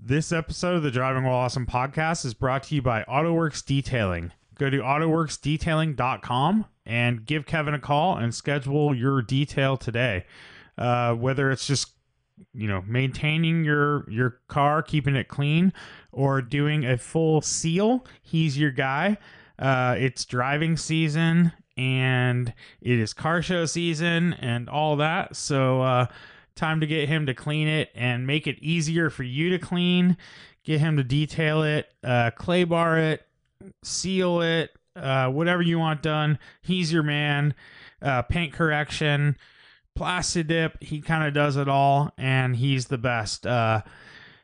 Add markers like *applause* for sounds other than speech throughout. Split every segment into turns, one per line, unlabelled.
This episode of the Driving While Awesome podcast is brought to you by AutoWorks Detailing. Go to autoworksdetailing.com and give Kevin a call and schedule your detail today. Uh, whether it's just you know maintaining your your car, keeping it clean, or doing a full seal, he's your guy. Uh, it's driving season and it is car show season and all that. So uh, time to get him to clean it and make it easier for you to clean. Get him to detail it, uh, clay bar it, seal it, uh, whatever you want done. He's your man. Uh, paint correction, plasti dip. He kind of does it all, and he's the best. Uh,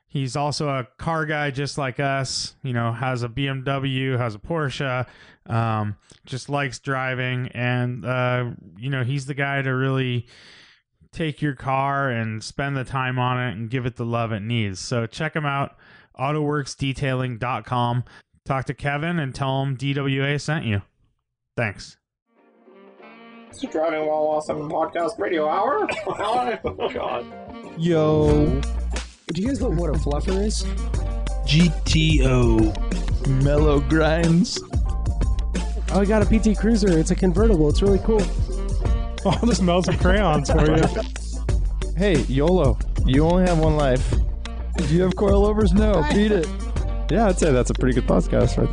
he's also a car guy just like us. You know, has a BMW, has a Porsche. Um, just likes driving, and uh, you know, he's the guy to really take your car and spend the time on it and give it the love it needs. So check him out, autoworksdetailing.com. Talk to Kevin and tell him DWA sent you. Thanks.
It's the Driving While Awesome Podcast Radio
*laughs*
Hour. oh, God.
Yo,
Do you guys know what a fluffer is?
GTO, mellow grinds.
Oh, I got a PT Cruiser. It's a convertible. It's really cool.
All the smells of crayons for you.
Hey, YOLO, you only have one life. If you have coilovers,
*laughs* Oh,
no, beat it. Yeah, I'd say that's a pretty good podcast right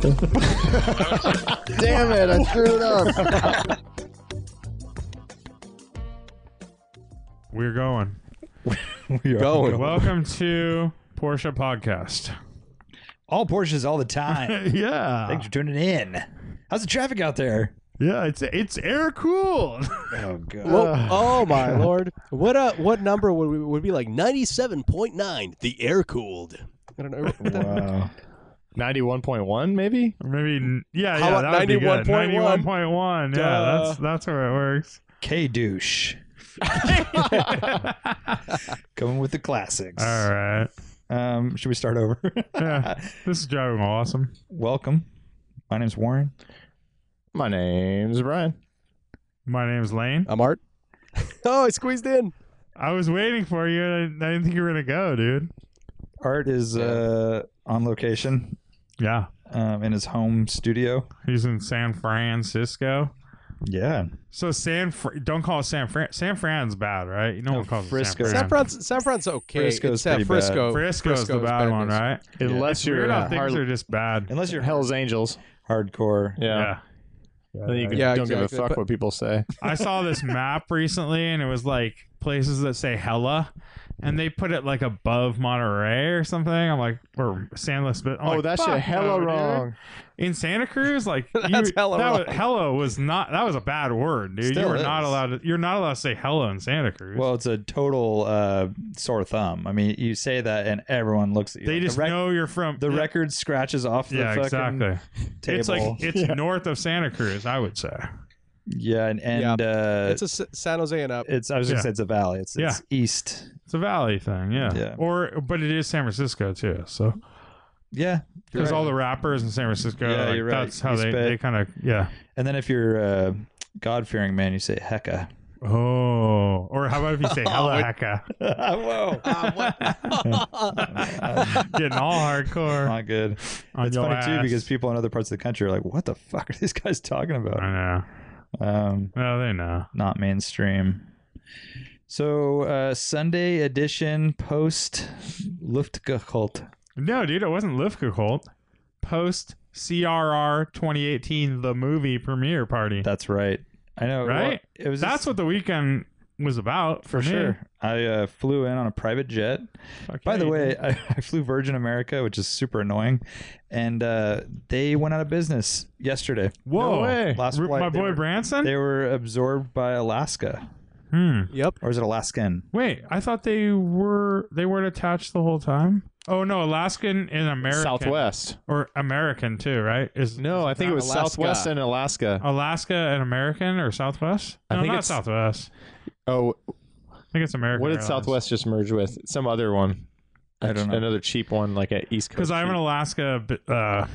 there.
*laughs*
Damn it, I screwed up.
We're going.
We are
Going.
Welcome to Porsche
*laughs*
Podcast.
All Porsches all the
*laughs*
time.
yeah.
Thanks for tuning in. How's the traffic out there?
Yeah, it's it's air cooled. *laughs*
Oh god.
Ugh.
Whoa,
*laughs*
oh my lord! What uh, what number would we, would be like? Ninety-seven point nine. The air cooled. I don't know.
*laughs*
What the-
Wow. 91.1, maybe?
Maybe n- yeah,
How
yeah,
about
that would be good.
91.1?
91.1. Yeah,
Duh.
that's that's where it works.
K douche. Coming with the classics.
All right.
Um, should we
*laughs*
start over?
*laughs*
Yeah, this is driving awesome.
Welcome. My name's Warren.
My name's Brian.
My name's Lane.
I'm Art. *laughs* oh, I squeezed in.
I was waiting for you, and I, I didn't think you were gonna go, dude.
Art is uh, on location
Yeah,
um, in his home studio.
he's in San Francisco.
Yeah.
So San, Fr- don't call it San Fran. San Fran's bad, right? No,
No,
one calls
Frisco.
it San
San
Fran.
Saffron's Saffron's okay.
Frisco's
except
pretty bad.
Frisco.
Frisco's, the
Frisco's
bad
bad
one,
news.
right?
Unless
Weird
you're
how
uh,
things
Harley-
are just bad.
Unless you're
Hell's Angels.
hardcore.
Yeah. Then you can,
Yeah,
don't give a
exactly,
fuck
but-
what people say.
I saw this map recently, and it was like places that say hella, and they put it like above Monterey or something. I'm like, or San Luis. Obispo. I'm
oh,
like,
that
"Fuck
shit hella
no, dude."
wrong.
In Santa Cruz, like
That's
you,
hella
that
wrong.
Was, hella was not. That was a bad word, dude. you
Still
were not
is.
allowed. To, you're not allowed to say hella in Santa Cruz.
Well, it's a total uh, sore thumb. I mean, you say that and everyone looks at you.
they
Like,
just
the rec-
know you're from
the
yeah,
record scratches off the
Yeah,
fucking
exactly.
table.
It's like it's north of Santa Cruz, I would say.
yeah, and, and Uh,
It's a S- San Jose and up.
It's I was gonna
Yeah.
say it's a valley. It's, it's east.
It's a valley thing, yeah.
Yeah.
Or but it is San Francisco too. So
Yeah.
because all the rappers in San Francisco,
Yeah,
like,
you're right.
that's how
You
they,
spit.
they kind of yeah.
And then if you're uh, God fearing man, you say
*laughs*
hecka.
Oh, or how about if you
*laughs*
say hella hecka?
Oh, Whoa.
Getting all hardcore.
Not good.
*laughs* On
it's
your
funny too
ass.
because people in other parts of the country are like, "What the fuck are these guys talking
I
about?"
know.
Um,
No, they know.
not mainstream. So uh, Sunday edition post Luftgekult.
No, dude, it wasn't Lifka Colt. Post CRR 2018, the movie premiere party.
That's right. I know.
Right?
Well, it was
That's
just-
what the weekend was about for,
for
me.
sure. I uh, flew in on a private jet.
Fuck
By
yeah,
the
you
way,
did.
*laughs* I, I flew Virgin America, which is super annoying, and uh, they went out of business yesterday.
whoa,
way.
Last
R-
flight,
my
they
boy
were-
Branson.
They were absorbed by Alaska,
hmm.
yep.
or is it Alaskan?
Wait, I thought they were they weren't attached the whole time. Oh no, Alaskan and American
Southwest.
or American too, right? Is
No, I think it was
Alaska.
Southwest and *laughs* Alaska.
Alaska and American or Southwest?
I
No,
think
not
it's-
Southwest.
Oh,
I think it's American.
what did
Airlines.
Southwest just merge with? Some other one.
I don't know.
Another cheap one, like an East Coast.
Because I have an Alaska b- uh,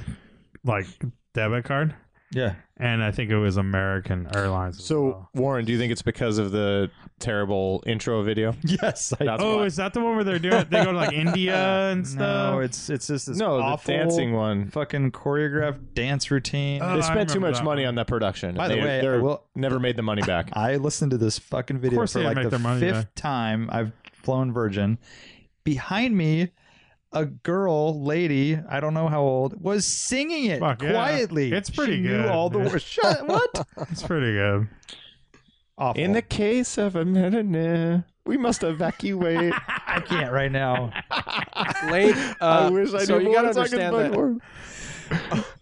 like debit card.
Yeah.
and I think it was American Airlines. as
So,
Oh.
well.
Warren, do you think it's because of the terrible intro
*laughs*
video?
Yes. I
That's
oh,
why.
is that the one where they're doing? They
*laughs*
go to like India and stuff.
No, it's it's just this
no, the
awful
dancing one.
fucking choreographed dance routine.
Uh,
They
I
spent too
remember
much
that
money
one.
on that production.
By
and
the
they,
way,
they're-
well-
never made the money
*laughs*
back.
I listened to this fucking video
course
for
they
like
make
the
their money
fifth
back.
time I've flown Virgin. Behind me, a girl, lady, I don't know how old, was singing it
Fuck yeah.
quietly.
It's pretty
she
good,
Knew all the
dude.
words. Shut.
*laughs*
What?
it's pretty good.
Awful.
In the case of a millionaire, we
*laughs*
must *laughs* evacuate.
I can't right now.
*laughs*
Lane,
I
uh,
wish I
so
knew
you
more
gotta
so I could
understand
bug
that
Warren.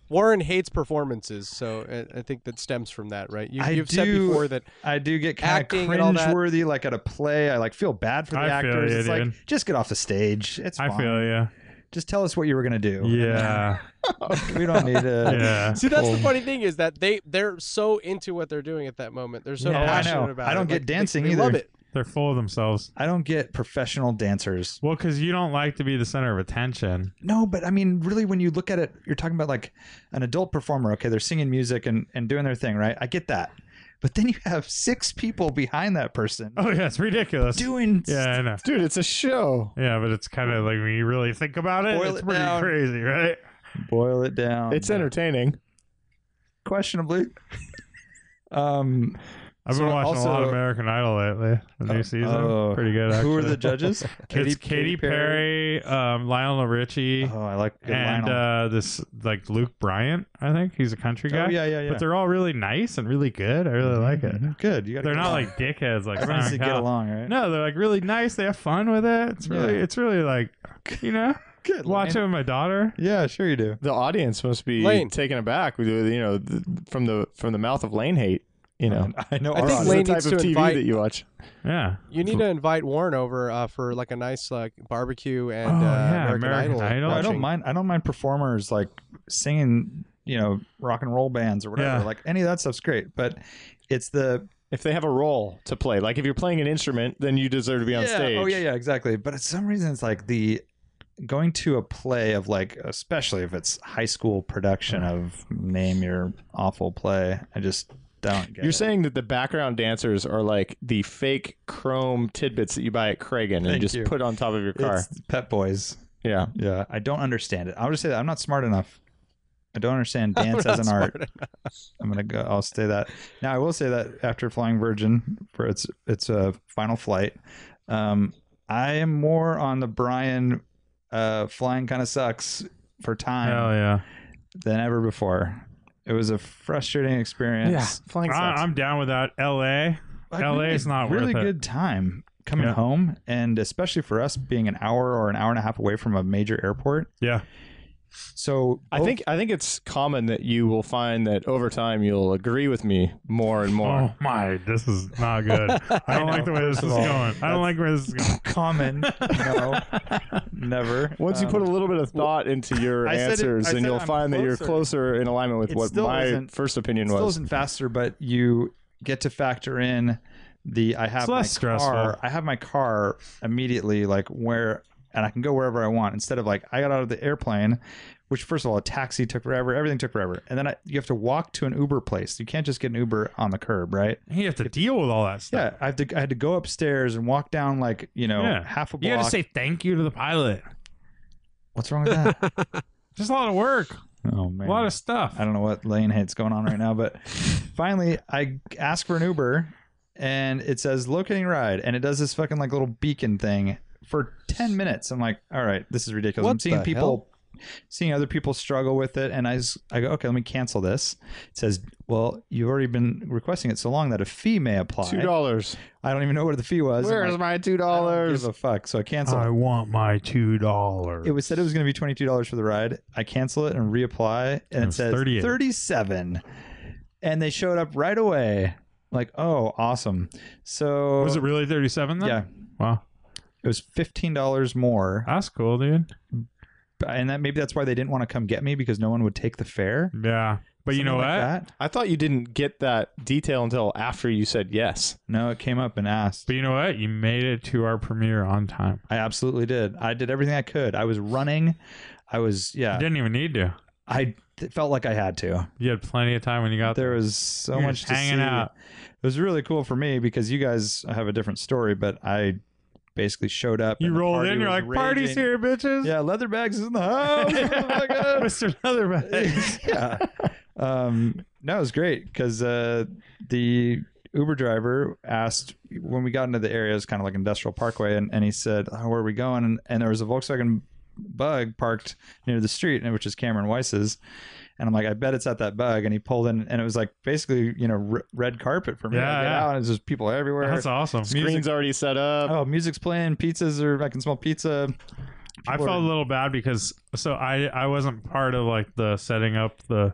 Warren hates performances, so I, I think that stems from that, right? You,
I
you've said
do-
before
*laughs*
that
I do get kind of
Acting and all that.
cringeworthy, like at a play. I like feel bad for the
I feel
actors.
you,
it's
dude.
like just get off the stage. It's
I
fine.
feel you.
Just tell us what you were gonna do.
Yeah,
*laughs* we don't need to.
*laughs* yeah.
See, that's
Oh.
the funny thing is that they they're so into what they're doing at that moment. They're so
Yeah, I
passionate
know.
about it.
I don't
Like,
get
they-
dancing
they Love
either.
it.
They're full of themselves.
I don't get professional dancers.
Well, because you don't like to be the center of attention.
No, but I mean, really, when you look at it, you're talking about like an adult performer. Okay, they're singing music and, and doing their thing, right? I get that. But then you have six people behind that person
Oh yeah, it's ridiculous.
doing.
yeah, I know.
Dude, it's a show.
Yeah, but it's kind of like when you really think about it,
Boil
it's
it
pretty
down.
crazy, right?
Boil it down.
It's entertaining.
questionably. *laughs* Um,
I've
So
been watching a lot of
also-
American Idol lately. The new season,
oh,
pretty good. Actually.
who are the judges?
*laughs* it's Katy Perry, um, Lionel Richie,
Oh, I like good
and
Lionel.
uh, this like Luke Bryant. I think he's a country guy.
oh yeah, yeah, Mm-hmm. yeah.
But they're all really nice and really good. I really like it.
Good. You got.
They're not like dickheads like *laughs*
everyone needs to
Simon
get
Cowell.
along, right?
No, they're like really nice. They have fun with it. It's really,
Yeah.
it's really like, you
*laughs*
know,
Good.
watching with my daughter.
Yeah, sure you do.
The audience must be
Lane.
taken aback with you know th- from the from the mouth of Lane hate. You know,
I know.
I
This
think
our
is
Lane
audience-
the type
needs
of
to
TV
invite-
that you watch.
Yeah.
You need to invite Warren over uh, for like a nice like barbecue and
Oh,
uh,
yeah,
American,
American
Idol.
Idol.
I don't
watching.
mind. I don't mind performers like singing, you know, rock and roll bands or whatever.
Yeah.
Like any of that stuff's great, but it's the
If they have a role to play, like if you're playing an instrument, then you deserve to be on
yeah,
stage.
Oh yeah, yeah, exactly. But for some reason, it's like the going to a play of like, especially if it's high school production of name your awful play. I just don't get.
You're
it.
saying that the background dancers are like the fake chrome tidbits that you buy at Kragen and
Thank
just
you.
put on top of your car.
it's Pet Boys.
Yeah.
Yeah, I don't understand it. I'll just say that I'm not smart enough. I don't understand dance as an art. I'm gonna go. I'll say that. Now I will say that after flying Virgin for its its uh, final flight, um, I am more on the Brian uh, flying kind of sucks for time
Hell yeah.
than ever before. It was a frustrating experience.
Flying
I, I'm down with that. L.A.
Like,
LA
we had
is not
really
worth it.
good time coming
Yeah.
home, and especially for us being an hour or an hour and a half away from a major airport.
Yeah.
So
I think I think it's common that you will find that over time you'll agree with me more and more.
Oh my, this is
*laughs*
not good. I don't like the way this is
First of all,
going. I don't like where this is
*laughs*
going.
common.
*laughs*
No, never.
Once you
Um,
put a little bit of thought into your
I said it-
answers,
I
then
said
you'll
I'm
find that you're
closer.
closer in alignment with
It
what
still
my
isn't-
first opinion
it still
was.
isn't faster, but you get to factor in the I have
It's
my
less
car.
stressful.
I have my car immediately, like where, and I can go wherever I want. Instead of like I got out of the airplane, which first of all, a taxi took forever, everything took forever, and then I, you have to walk to an Uber place. You can't just get an Uber on the curb, right?
You have to deal with all that stuff.
Yeah, I have to. I had to go upstairs and walk down like you know
Yeah.
half a block.
You got to say thank you to the pilot.
What's wrong with
*laughs*
that?
Just a lot of work,
oh man,
a lot of stuff.
I don't know what lane hate's going on right
*laughs*
now, but finally I ask for an Uber and it says locating ride and it does this fucking like little beacon thing for 10 minutes. I'm like, all right, this is ridiculous. I'm
What
seeing
the
people seeing other people struggle with it and I, s- I go, okay, let me cancel this. It says, well, you've already been requesting it so long that a fee may apply.
Two dollars.
I don't even know where the fee was. I'm
Where's
like,
my two
I don't give
dollars?
a fuck. So I cancel.
I want my two dollars.
it was said it was going to be twenty two dollars for the ride. I cancel it and reapply, and it,
was
says
38.
thirty seven, and they showed up right away. Like, oh, awesome! So
Was it really thirty-seven? Then?
yeah,
Wow,
it was fifteen dollars more,
that's cool, dude.
and that maybe that's why they didn't want to come get me because no one would take the fare.
Yeah, but you know
Something
what?
like that.
I thought you didn't get that detail until after you said yes.
No, it came up and asked.
But you know what? You made it to our premiere on time.
I absolutely did. I did everything I could. I was running. I was yeah.
You didn't even need to.
I th- felt like I had to.
You had plenty of time when you got
There
there.
was so
You're
much
just
to
hanging
see.
out.
It was really cool for me because you guys have a different story, but I basically showed up.
You
and the
rolled
party
in. You're
was
like, "Party's
raging."
here, bitches!" *laughs*
Yeah, leather bags is in the house. Oh my God.
Mr. Leatherback.
*laughs* yeah. Um, no, it was great because uh, the Uber driver asked when we got into the area, it was kind of like industrial parkway, and, and he said, oh, Where are we going? And, and there was a Volkswagen bug parked near the street, and- which is Cameron Weiss's. And I'm like, I bet it's at that bug. And he pulled in, and it was like basically, you know, r- red carpet for me.
Yeah,
I get
yeah.
out, and it's just people everywhere.
That's awesome.
Screen's already set up.
Oh, music's playing, pizzas, or I can
*laughs*
smell pizza.
I
People
felt
are-
a little bad because so I I wasn't part of like the setting up the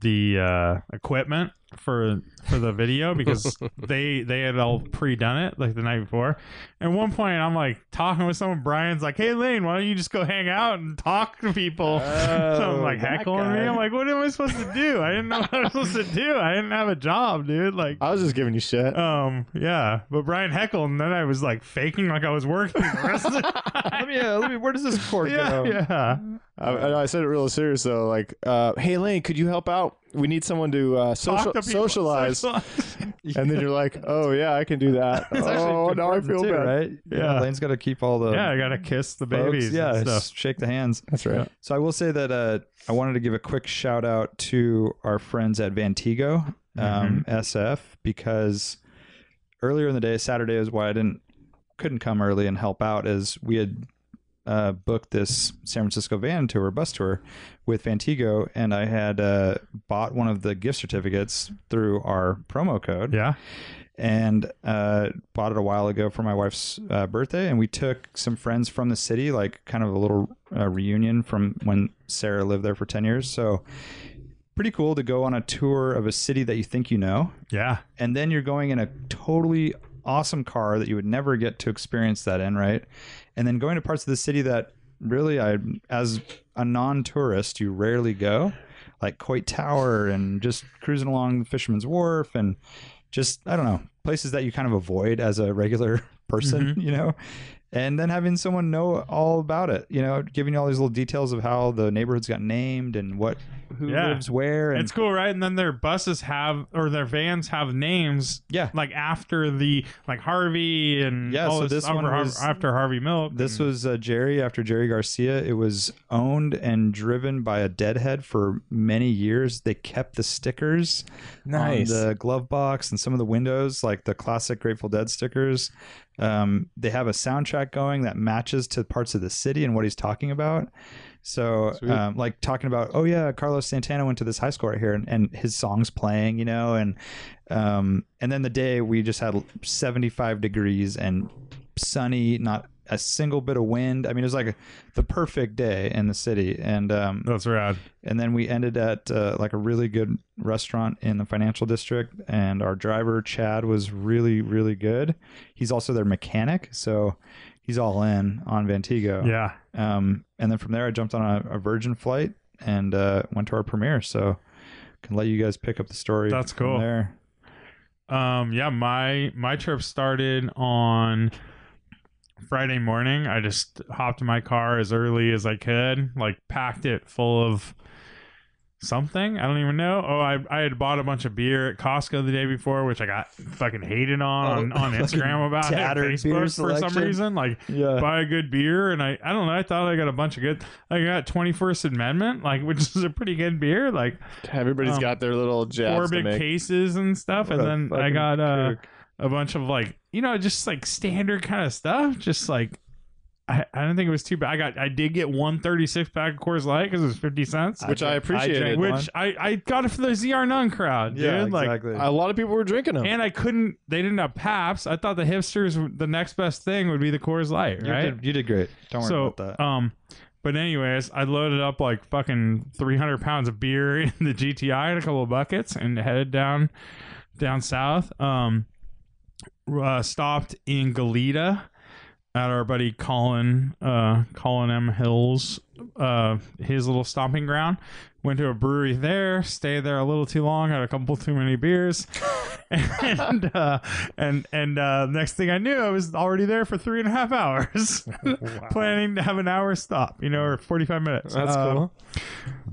the uh equipment for for the
*laughs*
video because they they had all pre-done it like the night before. At one point I'm like talking with someone Brian's like, "Hey Lane, why don't you just go hang out and talk to people?" *laughs* so I'm
Oh,
like
that
heckling me.
guy.
I'm like, "What am I supposed to do? I didn't know what I was supposed to do. I didn't have a job, dude." Like
I was just giving you shit.
um yeah, but Brian heckled and then I was like faking like I was working the rest of the
*laughs* let me, uh, let me, where does this cord
*laughs* Yeah,
go?
yeah.
I, I know I said it real serious though. Like, uh, hey Lane, could you help out? We need someone to uh, social,
Talk to people.
socialize.
*laughs*
Socialize.
And then you're like, oh yeah, I can do
*laughs*
that.
It's actually
oh, now I
important
feel
too,
bad.
Right?
Yeah.
Lane's got to keep all the
yeah, I gotta kiss the
folks.
babies.
Yeah,
and
s-
stuff.
shake the hands.
That's right.
So I will say that uh, I wanted to give a quick shout out to our friends at Vantigo
Mm-hmm.
um, SF because earlier in the day, Saturday is why I didn't couldn't come early and help out. Is we had uh, booked this San Francisco van tour, bus tour with Vantigo, and I had uh, bought one of the gift certificates through our promo code
Yeah,
and uh, bought it a while ago for my wife's uh, birthday. And we took some friends from the city, like kind of a little uh, reunion from when Sarah lived there for 10 years. So pretty cool to go on a tour of a city that you think you know.
yeah,
And then you're going in a totally awesome car that you would never get to experience that in, right? And then going to parts of the city that really, I as a non tourist, you rarely go. Like Coit Tower and just cruising along the Fisherman's Wharf and just I don't know places that you kind of avoid as a regular *laughs* person,
Mm-hmm.
you know, and then having someone know all about it, you know, giving you all these little details of how the neighborhoods got named and what who
Yeah.
lives where, and
it's cool, right? And then their buses have or their vans have names,
yeah,
like after the like Harvey and
Yeah,
all
so
this,
this one
after Har-
was-
after Harvey Milk.
This
and-
was uh, Jerry after Jerry Garcia. It was owned and driven by a deadhead for many years. They kept the stickers
Nice.
on the glove box and some of the windows, like the classic Grateful Dead stickers. Um, they have a soundtrack going that matches to parts of the city and what he's talking about. So, um, like talking about, oh yeah, Carlos Santana went to this high school right here, and, and his songs playing, you know, and um, and then the day we just had 75 degrees and sunny, not a single bit of wind. I mean, it was like a, the perfect day in the city, and um,
that's rad.
and then we ended at uh, like a really good restaurant in the financial district and our driver chad was really really good he's also their mechanic so he's all in on vantigo
Yeah,
um, and then from there i jumped on a, a virgin flight and uh, went to our premiere so can let you guys pick up the story
That's
from
cool.
there
um, yeah. My my trip started on Friday morning. I just hopped in my car as early as I could, like packed it full of something. I don't even know. Oh, I, I had bought a bunch of beer at Costco the day before, which I got fucking hated
*laughs*
on on, on Instagram about it,
Oh, tattered beer
Facebook for some
selection.
reason.
*laughs*
Like
yeah
buy a good beer, and I I don't know. I thought I got a bunch of good. I got Twenty First Amendment, like *laughs* which is a pretty good beer, like
Everybody's
Um,
got their little
four
jabs to
big
make.
cases and stuff,
What a
and then I
fucking
got uh
kook.
a bunch of like you know just like standard kind of stuff just like I, I don't think it was too bad i got i did get one 36 pack of coors light because it was 50 cents
Which I appreciated.
drank one.
which I, I got it for the zr non crowd dude
yeah
like
exactly
A lot of people were drinking them.
and i couldn't they didn't have paps i thought the hipsters the next best thing would be the coors light
you,
right
did, you did great don't worry
so
about that
um but anyways i loaded up like fucking 300 pounds of beer *laughs* in the gti in a couple of buckets and headed down down south um uh, stopped in galita at our buddy colin uh colin m hills uh his little stomping ground Went to a brewery there, stayed there a little too long, had a couple too many beers, *laughs* and uh, and and uh, next thing I knew, I was already there for three and a
*laughs*
half hours, *laughs* planning to have an hour stop, you know, or forty five minutes.
That's
Um,
cool.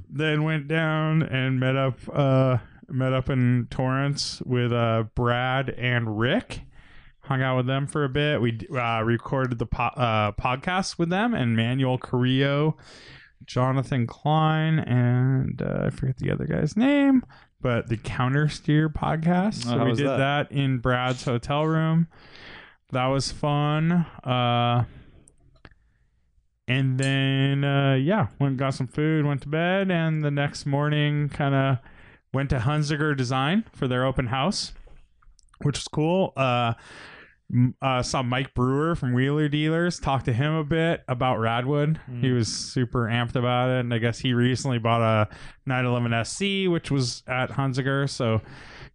then went down and met up uh met up in Torrance with uh Brad and Rick hung out with them for a bit we uh, recorded the po- uh, podcast with them and Manuel Carrillo Jonathan Klein and uh, I forget the other guy's name but the counter steer podcast so
Oh, how
we
was
did
that?
that in Brad's hotel room that was fun uh and then uh, yeah, went and got some food, went to bed, and the next morning kind of went to Hunziger Design for their open house, which was cool. Uh, m- uh, saw Mike Brewer from Wheeler Dealers. Talked to him a bit about Radwood. He was super amped about it, and I guess he recently bought a 911 SC, which was at Hunziger. So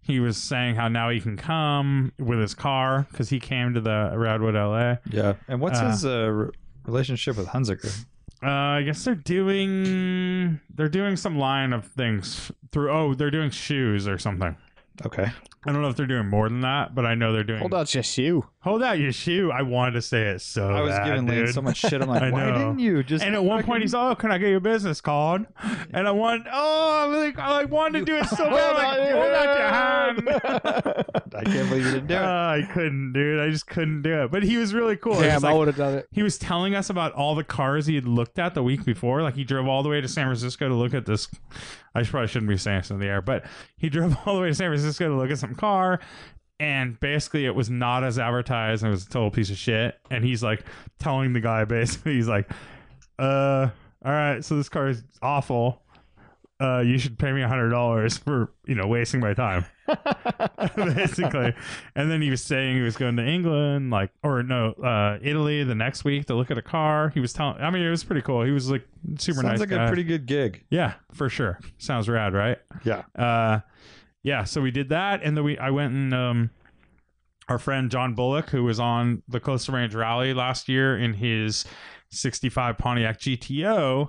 he was saying how now he can come with his car because he came to the Radwood LA.
Yeah. And what's
Uh,
his uh, re- relationship with Hunziker?
Uh, I guess they're doing they're doing some line of things through. Oh, they're doing shoes or something.
Okay.
I don't know if they're doing more than that, but I know they're doing.
Hold out your shoe.
hold out your shoe. I wanted to say it so
I was
bad,
giving Lane
Oh, dude.
so
*laughs*
much shit. I'm like,
I
why
know.
didn't you just?
And at one point he's oh, can I get your business card? And I want oh, I'm like, I wanted to do it so bad. I'm Like, hold out your hand.
I can't believe you didn't
*laughs*
do it.
Ah, I couldn't, dude. I just couldn't do it. But he was really cool. He was
Damn, I
like-
would have done it.
he was telling us about all the cars he had looked at the week before. Like he drove all the way to San Francisco to look at this. I should- probably shouldn't be saying this in the air, but he drove *laughs* all the way to San Francisco to look at some car. And basically, it was not as advertised. And it was a total piece of shit. And he's like telling the guy basically, he's like, uh, all right, so this car is awful. Uh, you should pay me a hundred dollars for you know wasting my time,
*laughs*
basically. And then he was saying he was going to England, like or no, uh, Italy the next week to look at a car. He was telling, I mean, it was pretty cool. He was like super
Sounds
nice.
like
guy.
a pretty good gig.
Yeah, for sure. Sounds rad, right?
Yeah.
Uh, yeah. So we did that, and then we I went and um, our friend John Bullock, who was on the Coastal Range Rally last year in his '65 Pontiac GTO,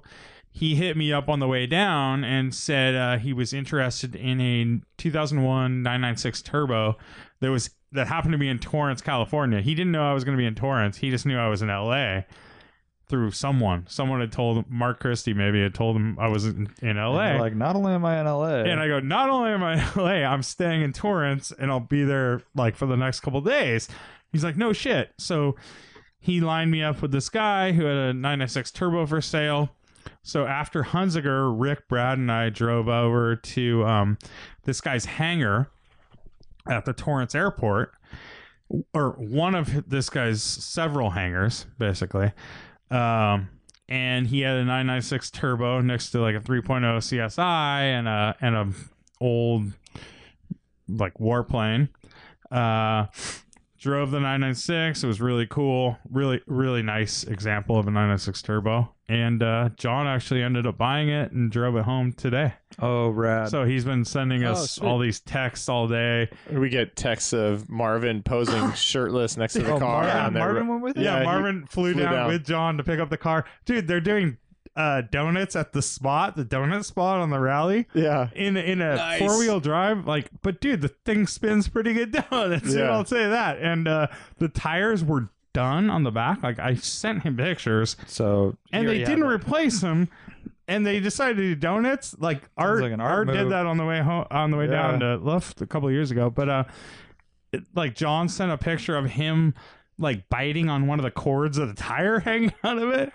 he hit me up on the way down and said uh, he was interested in a 2001 996 Turbo that was that happened to be in Torrance, California. He didn't know I was going to be in Torrance. He just knew I was in LA through someone. Someone had told Mark Christie maybe had told him I was in, in LA.
Like, not only am I in LA,
And I go, not only am I in LA, I'm staying in Torrance and I'll be there like for the next couple days. He's like, no shit. So he lined me up with this guy who had a 996 Turbo for sale. So after Hunziger, Rick, Brad, and I drove over to um, this guy's hangar at the Torrance airport, or one of this guy's several hangars, basically. Um, and he had a 996 turbo next to like a 3.0 CSI and a and a old like warplane. Uh, drove the 996. It was really cool, really really nice example of a 996 turbo. And uh, John actually ended up buying it and drove it home today.
oh, rad.
So he's been sending
Oh,
us
sweet.
all these texts all day.
We get texts of Marvin
*laughs*
posing shirtless next to the
oh,
car
Marvin,
on their
Marvin went with it?
Yeah,
Yeah, he
Marvin flew,
flew
down,
down.
with John to pick up the car. Dude, they're doing uh, donuts at the spot, the donut spot on the rally.
Yeah.
in in a
Nice.
four wheel drive. Like, but dude, the thing spins pretty good *laughs* down. That's it.
Yeah.
I'll say that. And uh, the tires were done on the back. Like, I sent him pictures,
So
and
you
they
already had
didn't
that.
replace them. And they decided to do donuts. Like Art,
like an
Art,
Art
did
move.
that on the way home, on the way down to Luft a couple years ago. But uh, it- like John sent a picture of him like biting on one of the cords of the tire *laughs* hanging out of it.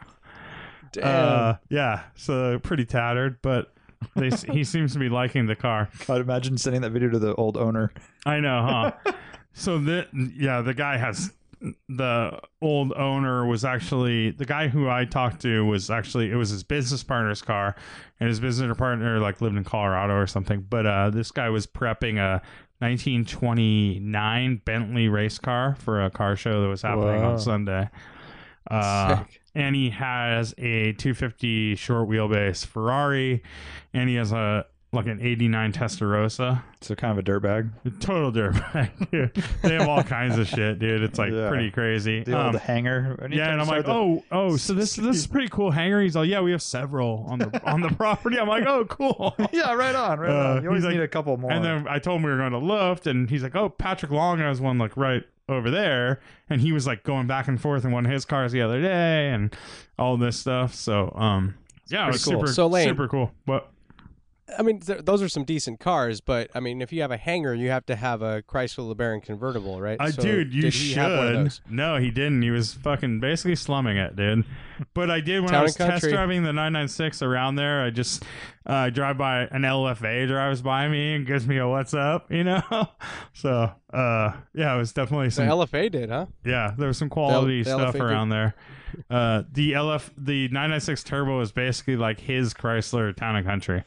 Damn.
Uh, yeah, so pretty tattered, but they, he seems to be liking the car.
I'd imagine sending that video to the old owner.
I know, huh? so the yeah, the guy has the old owner was actually the guy who I talked to was actually it was his business partner's car, and his business partner like lived in Colorado or something. But uh, this guy was prepping a 1929 Bentley race car for a car show that was happening
Wow.
on Sunday. Uh, and he has a 250 short wheelbase Ferrari, and he has a like an 89 Testarossa.
So kind of a dirtbag.
Total *laughs* dirtbag, dude. They have all kinds of shit, dude. It's like
Yeah.
pretty crazy.
The
Um,
old hanger. Anytime
yeah, and
you
I'm
start
like,
the-
oh, oh, so this this is pretty cool hanger. He's like, yeah, we have several on the on the *laughs* property. I'm like, oh, cool.
*laughs* yeah, right on, right
Uh,
on. You always
he's like-
need a couple more.
And then I told him we were going to Luft, and he's like, "Oh, Patrick Long has one like right over there," and he was like going back and forth in one of his cars the other day, and all this stuff. So, um, yeah, it
pretty
was
cool.
super,
So, Lane-
super cool. But
I mean, th- those are some decent cars, but I mean, if you have a hangar, you have to have a Chrysler LeBaron convertible, right?
uh,
So
dude, you
did he
should.
have one of those?
No, he didn't. He was fucking basically slumming it, dude. But I did when I
Town and
was test
country.
driving the 996 around there. I just uh, drive by an LFA drives by me and gives me a "What's up," you know. *laughs* so, uh, yeah, it was definitely
The
some
LFA did, huh?
Yeah, there was some quality
the
stuff
LFA did-
around there. Uh, the LF, the 996 Turbo is basically like his Chrysler Town and Country.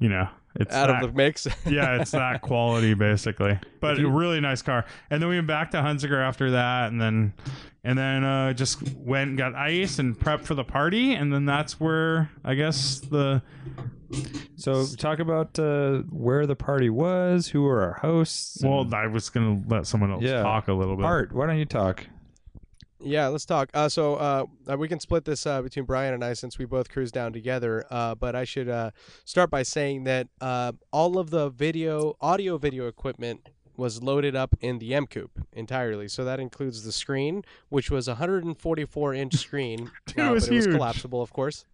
You know, it's
Out
that-
of the mix.
yeah, it's that quality basically. But a really nice car. And then we went back to Hunziker after that, and then and then uh, just went and got ice and prepped for the party, and then that's where I guess the
so talk about uh, where the party was, who were our hosts. and-
well, I was gonna let someone else
Yeah.
talk a little bit.
Art, why don't you talk?
Yeah, let's talk. Uh, so uh, uh, we can split this uh, between Brian and I since we both cruise down together. Uh, but I should uh, start by saying that uh, all of the video, audio, video equipment was loaded up in the M Coupe entirely. So that includes the screen, which was a
*laughs*
144 inch screen.
Dude, it was
but it was
huge.
collapsible,
*laughs*
of course.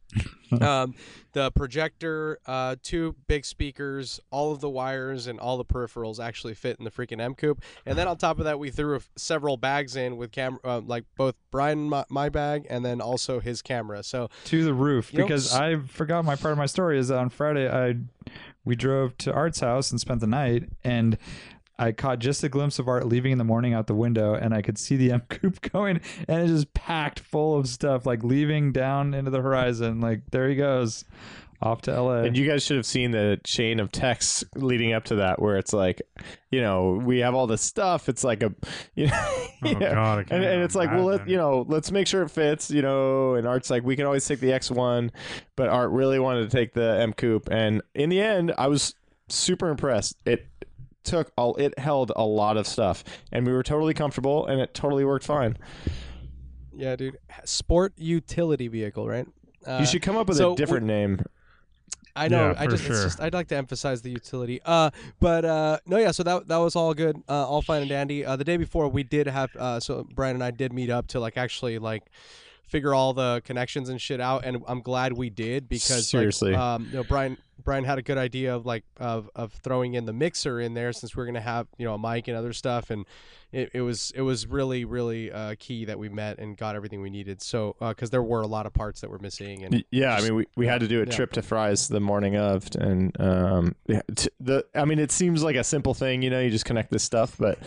um, the projector, uh, two big speakers, all of the wires, and all the peripherals actually fit in the freaking M Coupe. And then on top of that, we threw a f- several bags in with camera, uh, like both Brian my, my bag and then also his camera. So
To the roof
You know,
because
s-
I forgot my part of my story is that on Friday I we drove to Art's house and spent the night and I caught just a glimpse of Art leaving in the morning out the window and I could see the *laughs* M coupe going and it's just packed full of stuff like leaving down into the horizon like there he goes off to
Uh,
LA.
And you guys should have seen the chain of texts leading up to that, where it's like, you know, we have all this stuff. It's like a, *laughs* you know,
Oh,
*laughs* yeah.
God, I can't
and, and
even
it's like, well, let,
imagine.
you know, let's make sure it fits, you know. And Art's like, we can always take the X one, but Art really wanted to take the M Coupe, and in the end, I was super impressed. It took all, it held a lot of stuff, and we were totally comfortable, and it totally worked fine.
yeah, dude, sport utility vehicle, right? Uh,
you should come up with
so
a different name.
I know.
Yeah,
I
for
just,
sure.
it's just I'd like to emphasize the utility. Uh, but uh, no, yeah. So that that was all good, uh, all fine and dandy. Uh, the day before we did have uh, so Brian and I did meet up to like actually like figure all the connections and shit out, and I'm glad we did because
Seriously.
like, um, you know, Brian Brian had a good idea of like of of throwing in the mixer in there since we are gonna have you know a mic and other stuff, and it, it was it was really really uh, key that we met and got everything we needed. So because there were a lot of parts that were missing and.
Y- Yeah, I mean, we, we had to do a
yeah.
trip to Fry's the morning of, and um, yeah, t- the I mean, it seems like a simple thing, you know, you just connect this stuff, but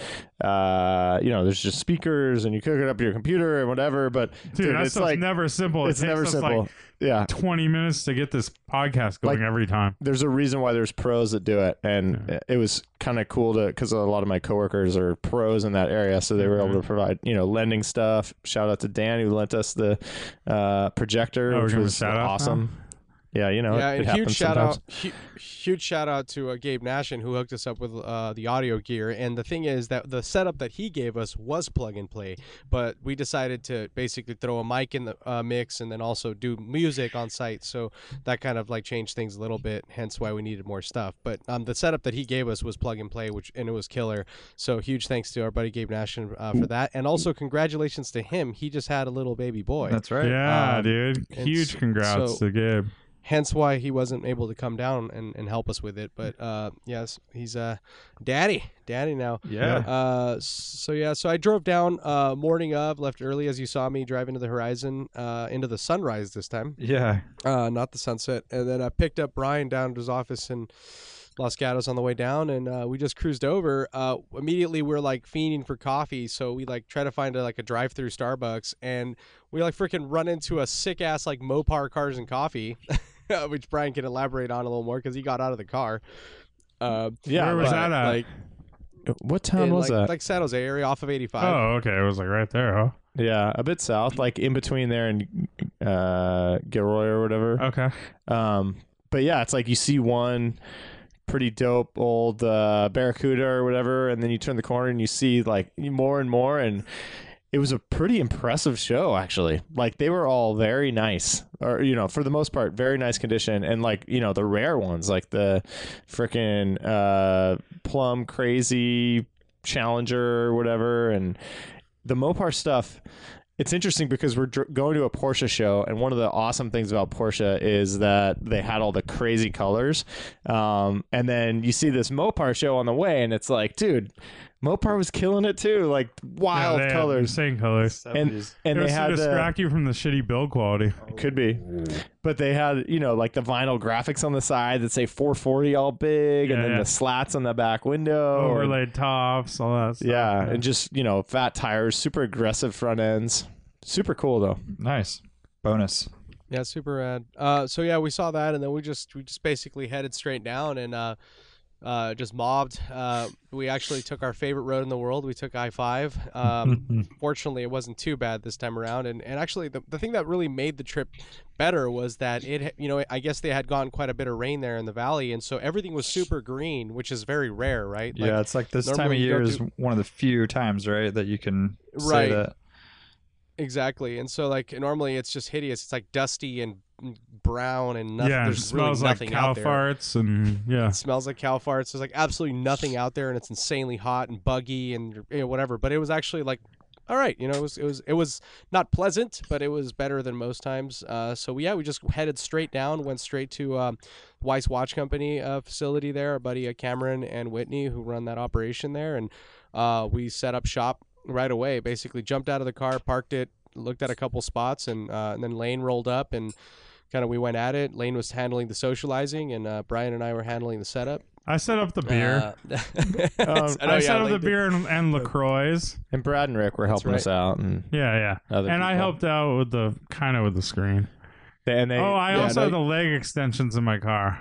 uh, you know, there's just speakers, and you hook it up to your computer and whatever. But
dude, that
it's
stuff's
like
never simple. It
it's
takes
never
us, like,
simple. yeah,
20 minutes to get this podcast going
Like-
every time.
there's a reason why there's pros that do it, and it- it was kind of cool to because a lot of my coworkers are pros in that area, so they were
Mm-hmm.
able to provide you know lending stuff. Shout out to Dan who lent us the uh, projector,
Oh, we're
which
giving
was
shout out now?
awesome. Yeah, you know,
yeah,
it,
and
it
huge
happens
shout
sometimes.
out, hu- huge shout out to uh, Gabe Nashin who hooked us up with uh, the audio gear. And the thing is that the setup that he gave us was plug and play, but we decided to basically throw a mic in the uh, mix and then also do music on site. So that kind of like changed things a little bit. Hence why we needed more stuff. But um, the setup that he gave us was plug and play, which and it was killer. So huge thanks to our buddy Gabe Nashin uh, for that, and also congratulations to him. He just had a little baby boy.
That's right.
Yeah,
Um,
dude.
and
Huge
so-
congrats
so-
to Gabe.
hence why he wasn't able to come down and, and help us with it. But uh, yes, he's uh, daddy, daddy
*laughs*
now.
Yeah.
Uh, so yeah, so I drove down uh, morning of, left early as you saw me drive into the horizon, uh, into the sunrise this time,
Yeah.
uh, not the sunset. And then I picked up Brian down to his office in Los Gatos on the way down, and uh, we just cruised over. Uh, immediately, we're like fiending for coffee, so we like try to find a, like a drive-through Starbucks, and we like freaking run into a sick ass like Mopar Cars and Coffee, *laughs* which Brian can elaborate on a little more because he got out of the car. Uh,
Yeah,
Where was that at?
Like,
What town
in,
was
like,
that?
like San Jose area off of 85.
Oh, okay. It was like right there, huh?
yeah, a bit south, like in between there and uh, Gilroy or whatever.
Okay.
Um, but yeah, it's like you see one pretty dope old uh, Barracuda or whatever, and then you turn the corner and you see like more and more, and it was a pretty impressive show actually. Like they were all very nice, or you know, for the most part, very nice condition, and like you know the rare ones, like the freaking uh, plum crazy challenger or whatever, and the Mopar stuff it's interesting because we're dr- going to a Porsche show, and one of the awesome things about Porsche is that they had all the crazy colors. Um, and then you see this Mopar show on the way, and it's like, dude, Mopar was killing it too, like wild
they had
colors.
Insane colors.
And
It
and
was
they had
to
the,
distract you from the shitty build quality.
could be, but they had you know like the vinyl graphics on the side that say 440 all big,
Yeah,
and then
yeah. Oh,
the slats on the back window. or-
Overlaid tops, all that stuff.
Oh, yeah, and just you know fat tires, super aggressive front ends, super cool though.
Nice. Bonus.
Yeah, super rad. Uh, so yeah, we saw that, and then we just we just basically headed straight down and uh, uh, just mobbed. Uh, we actually took our favorite road in the world. We took I five.
*laughs*
Um, fortunately, it wasn't too bad this time around. And and actually, the, the thing that really made the trip better was that it you know I guess they had gotten quite a bit of rain there in the valley, and so everything was super green, which is very rare, right? Like,
yeah, it's like this time of
normally you go
year is
to-
one of the few times, right, that you can say
Right.
that.
Exactly. And so like normally it's just hideous. It's like dusty and mm, brown and nothing.
yeah. It
there's really
smells
nothing
like cow
out there.
farts and yeah.
It smells like cow farts. There's like absolutely nothing out there, and it's insanely hot and buggy and you know, whatever. But it was actually like, all right, you know, it was it was it was not pleasant, but it was better than most times. Uh, so we, yeah, we just headed straight down, went straight to um, Weiss Watch Company uh, facility there. Our buddy uh, Cameron and Whitney who run that operation there, and uh, we set up shop right away. Basically, jumped out of the car, parked it, looked at a couple spots, and uh, and then Lane rolled up and kind of we went at it. Lane was handling the socializing, and uh, Brian and I were handling the setup.
I set up the beer.
Uh, *laughs*
I
Um, I,
know,
set
yeah,
up the
like
beer and, and Lacroix.
And Brad and Rick were helping
right.
us out, and
Yeah, yeah.
other
and I
people.
helped out with the kind of with the screen.
They- and they,
oh, I
yeah,
also
they-
had the leg extensions in my car.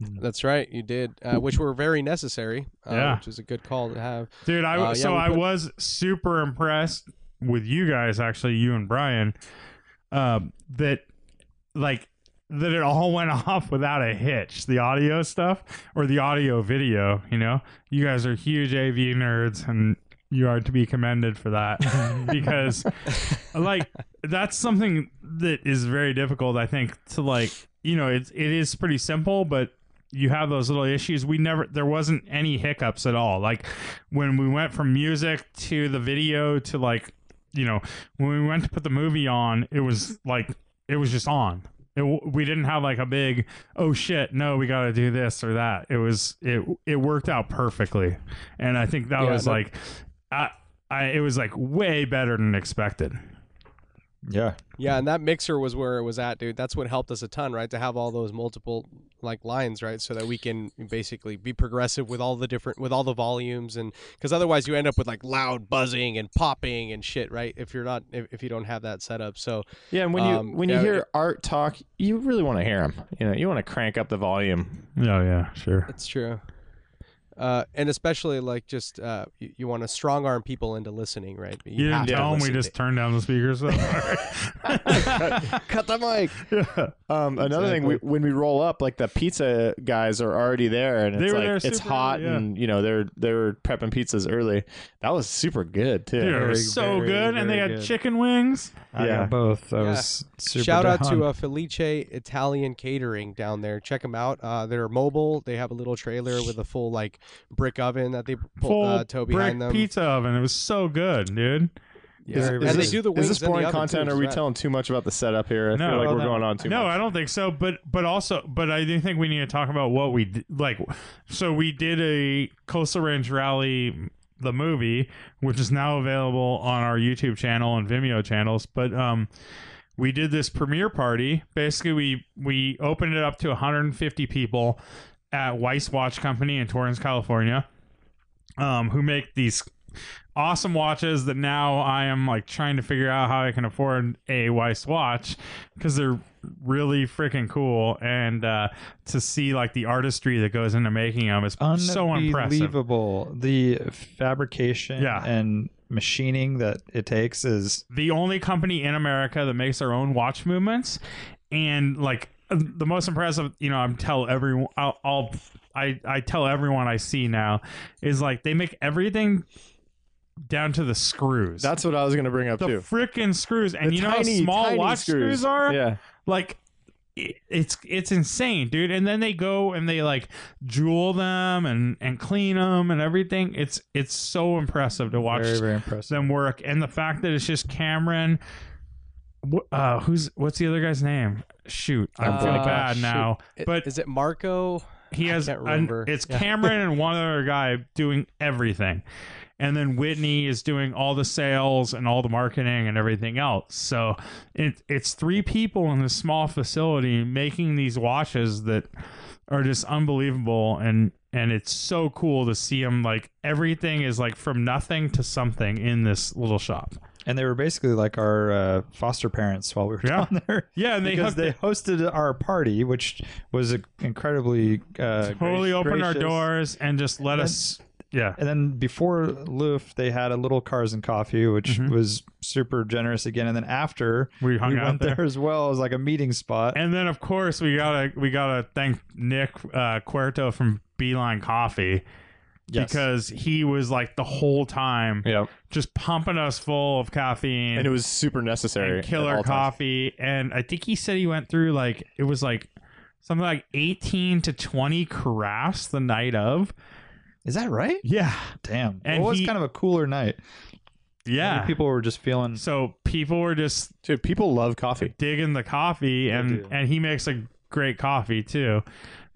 That's right, you did, uh, which were very necessary. Uh,
Yeah.
which is a good call to have.
Dude, I
Uh, yeah,
so
we
I
put-
was super impressed with you guys actually, you and Brian, um, that like that it all *laughs* went off without a hitch. The audio stuff or the audio video, you know. You guys are huge AV nerds and you are to be commended for that *laughs* because like that's something that is very difficult I think to like, you know, it's it is pretty simple but you have those little issues. We never there wasn't any hiccups at all. Like when we went from music to the video to like you know when we went to put the movie on, it was like it was just on. It, w- we didn't have like a big oh shit no we got to do this or that. It was it it worked out perfectly, and I think that
Yeah,
was
no-
like I I it was like way better than expected.
Yeah.
Yeah, and that mixer was where it was at, dude. That's what helped us a ton, right? To have all those multiple like lines, right? So that we can basically be progressive with all the different with all the volumes and cuz otherwise you end up with like loud buzzing and popping and shit, right? If you're not if, if you don't have that set up. So
yeah, and when you
um,
when you
yeah,
hear
it-
art talk, you really want to hear him. You know, you want to crank up the
*laughs*
volume.
Oh yeah sure.
That's true. Uh, and especially like just uh, you, you want to strong arm people into listening, right?
You
have
didn't
to
tell him we
listen
just
to-
turned down the speakers. So hard.
Cut
*laughs*
the mic. Um, another thing, we, when we roll up, like the pizza guys are already there, and
They
it's
were
like
there
it's
super
hot,
early, yeah.
and you know they're they're prepping pizzas early. That was super good too.
Dude, it
Very,
was so
very,
good, and they had
very good.
chicken wings.
I
Yeah.
got both. I
Yeah.
was super
Shout out
down.
to uh, Felice Italian Catering down there. Check them out. Uh, they're mobile. They have a little trailer with a full like brick oven that they pull
Full
uh, tow
brick
behind them.
pizza oven. It was so good, dude.
Is-
Very,
is
very
and
this,
they do the
is
wings
this
in the
boring
oven,
content?
too,
are we
right.
telling too much about the setup here?
No.
I feel like
Well,
we're
no.
going on too
No,
much.
I don't think so. But but also, but I do think we need to talk about what we d- like. So we did a Coastal Ranch Rally, the movie, which is now available on our YouTube channel and Vimeo channels. But um, we did this premiere party. Basically, we we opened it up to 150 people at Weiss Watch Company in Torrance, California, um, who make these awesome watches that now I am like trying to figure out how I can afford a Weiss watch because they're really freaking cool and uh, to see like the artistry that goes into making them is so impressive.
Unbelievable. The fabrication
Yeah.
and machining that it takes is
the only company in America that makes their own watch movements and like the most impressive, you know, I'm tell everyone, I'll, I'll I I tell everyone I see now is like they make everything down to the screws.
That's what I was gonna bring up
the
too.
freaking screws, and
The
you know how
tiny,
small
tiny
watch screws, are.
Yeah.
Like it, it's it's insane, dude. And then they go and they like jewel them and and clean them and everything. It's it's so impressive to watch
Very, very impressive.
them work, and the fact that it's just Cameron. wh- Uh, who's what's the other guy's name? Shoot, I
Uh,
feel bad
shoot.
now.
It-
But
is it Marco?
he
I
has
can't
an-
remember.
it's
Yeah.
Cameron and one other guy doing everything. And then Whitney is doing all the sales and all the marketing and everything else. So it, it's three people in this small facility making these watches that are just unbelievable and and it's so cool to see them like everything is like from nothing to something in this little shop.
And they were basically like our uh, foster parents while we were
Yeah.
down there.
Yeah, and *laughs* they
because
hooked
they hosted our party, which was a- incredibly uh,
totally
gracious-
opened our
gracious.
doors and just let us yeah.
And then before Loof, they had a little cars and coffee, which
Mhm.
was super generous again. And then after
We hung
we
out
went
there.
there. as well as like a meeting spot.
And then of course we gotta we gotta thank Nick uh, Cuerto from Beeline Coffee
Yes.
because he was like the whole time
Yeah.
just pumping us full of caffeine
And it was super necessary.
and
at
killer
all times.
coffee. And I think he said he went through like it was like something like eighteen to twenty carafes the night of.
is that right?
Yeah,
Damn.
And
well, it was
he-
kind of a cooler night. Maybe
yeah.
people were just feeling
So people were just
Dude, people love coffee.
digging the coffee, and
do.
and he makes a great coffee too.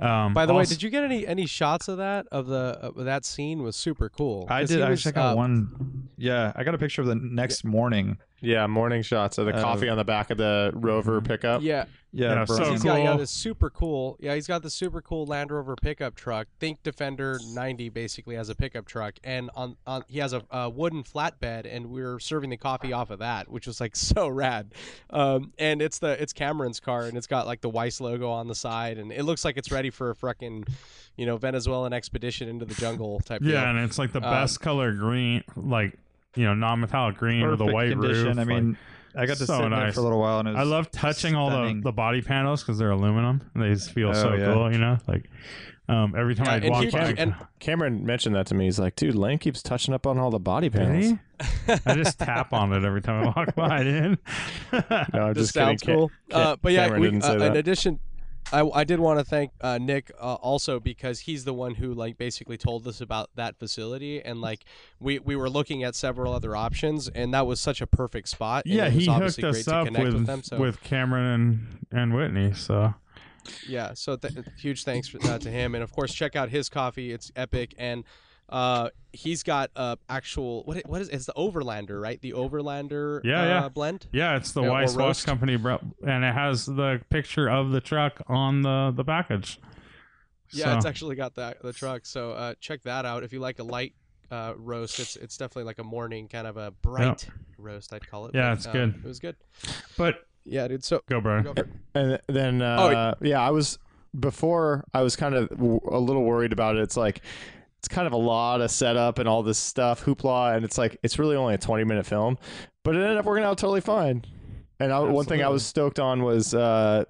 Um,
By the way,
also-
did you get any any shots of that? Of the of that scene was super cool.
I
'Cause
did.
he
I
was,
actually got
uh,
one. Yeah, I got a picture of the next morning.
Yeah, morning shots of the
Uh,
coffee on the back of the Rover pickup.
Yeah,
Yeah,
Yeah,
Brian.
so-
he's got, he got
cool.
this super cool. Yeah, he's got this super cool Land Rover pickup truck. Think Defender 90 basically as a pickup truck, and on, on he has a, uh wooden flatbed, and we were serving the coffee off of that, which was like *laughs* so rad. Um, and it's the it's Cameron's car, and it's got like the Weiss logo on the side, and it looks like it's ready for a frickin', you know, Venezuelan expedition into the jungle type.
Yeah,
deal.
and it's like the
Uh,
best color green, like you know, non-metallic green with a
Perfect
white
condition.
roof.
I
like-
mean, I got to
so
sit in there
nice.
for a little while, and it was
I love touching all the,
stunning.
the body panels because they're aluminum. and They just feel
Oh,
so
yeah.
cool, you know. Like um, every time
Yeah,
I'd
and
walk
he-
by,
and-
Cameron mentioned that to me. He's like, dude, Lane keeps touching up on all the body panels.
Really? I just tap on it every time I walk
*laughs*
by it in.
No, I'm
This
just kidding.
sounds cool.
Ca-
Uh, but yeah,
Cameron
we,
didn't say
uh, in
that.
addition, I, I did want to thank uh, Nick uh, also because he's the one who like basically told us about that facility and like we, we were looking at several other options and that was such a perfect spot. and
yeah,
it was
he hooked
obviously great
us
to
up
connect
with
with them. So
with Cameron and and Whitney. So
yeah, so th- huge thanks for, uh, to him and of course check out his coffee. It's epic and. Uh, he's got uh actual what it- what is it's the Overlander right the Overlander
Yeah,
uh,
yeah.
blend
yeah, it's the
Yeah, or
Weiss Watch
roast.
Company, bro, and it has the picture of the truck on the the package.
Yeah, it's
So-
actually got the the truck. So uh, check that out if you like a light uh, roast. It's it's definitely like a morning kind of a bright roast. I'd call it.
Yeah,
but,
it's
uh,
good.
It was good.
but
Yeah, dude. So
go, bro.
go for it.
And then,
Oh,
uh, yeah, I was before I was kind of w- a little worried about it. It's like it's kind of a lot of setup and all this stuff, hoopla, and it's like it's really only a twenty minute film, but it ended up working out totally fine. And I, one thing I was stoked on was uh,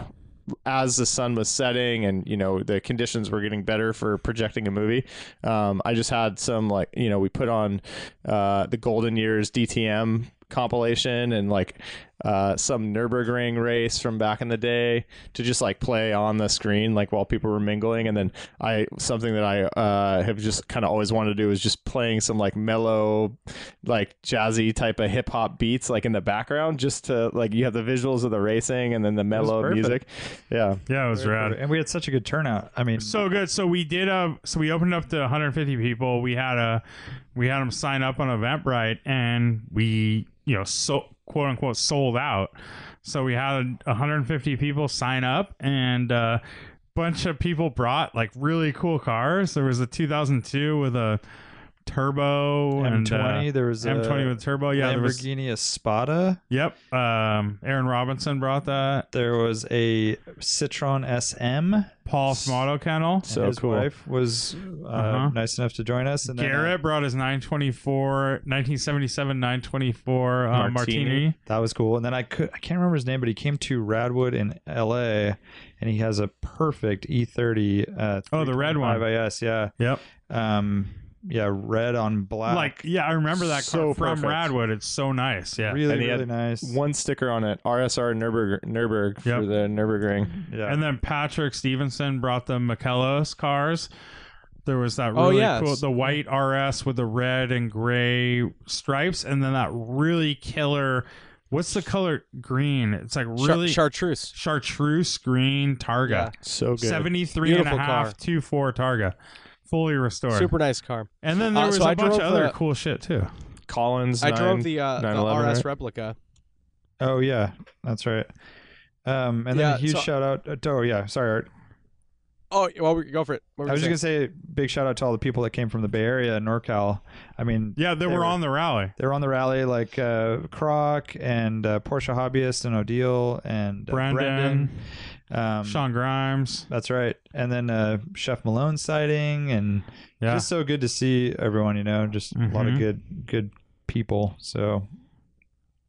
*clears throat* as the sun was setting and you know the conditions were getting better for projecting a movie um, i just had some like you know we put on uh, the golden years dtm compilation and like uh, some nürburgring race from back in the day to just like play on the screen like while people were mingling and then i something that i uh, have just kind of always wanted to do is just playing some like mellow like jazzy type of hip-hop beats like in the background just to like you have the visuals of the racing and then the mellow
perfect.
music yeah.
Yeah, it was rad.
and we had such a good turnout. I mean,
so good. So we did a so we opened up to 150 people. We had a we had them sign up on Eventbrite, and we you know so quote unquote sold out. So we had 150 people sign up, and uh, a bunch of people brought like really cool cars. There was a 2002 with a turbo and uh,
M20. there was a
M20 with turbo. Yeah, there was,
Lamborghini Espada.
yep. Um, Aaron Robinson brought that.
There was a Citroen SM.
Paul Smoto kennel.
and
So
his
cool.
wife was uh,
Uh-huh.
nice enough to join us. And then, uh,
Garrett brought his 924, 1977 924 uh, martini.
Martini.
that was cool. And then I could I can't remember his name, but he came to Radwood in L.A. and he has a perfect E30. Uh,
Oh, the red one.
325 IS, yeah,
Yep.
um, yeah, red on black,
Like, yeah, I remember that car
So
from
perfect.
Radwood. It's so nice. Yeah.
really
And he had
really nice.
One sticker on it. RSR Nürburg, Nürburg
Yep.
for the Nürburgring.
yeah.
And then Patrick Stevenson brought the McKellos cars. There was that
Oh,
really
yes.
cool, the white RS with the red and gray stripes, and then that really killer. What's the color green? It's like
Char-
really
chartreuse.
chartreuse green Targa.
So good.
73 and a
Beautiful car.
half, 2.4 Targa. Fully restored.
Super nice car.
and then there
Uh,
was
so
a
I
bunch of
drove
other
the-
cool shit too.
Collins.
I drove
nine-
the uh, the
911,
RS
right?
replica.
Oh yeah, that's right. Um, and then
Yeah,
a huge
so-
shout out. To, oh yeah, sorry, Art.
Oh, well, we go for it. What were
I was
you
just gonna say big shout out to all the people that came from the Bay Area and NorCal. I mean,
Yeah, they,
They
were,
were-
on the rally.
they were on the rally like uh, Croc and uh, Porsche Hobbyist and Odile and uh,
Brandon,
Brendan. Um,
Sean Grimes.
That's right. And then uh, Chef Malone sighting and
Yeah.
just so good to see everyone. You know, just a lot
Mhm.
of good good people. So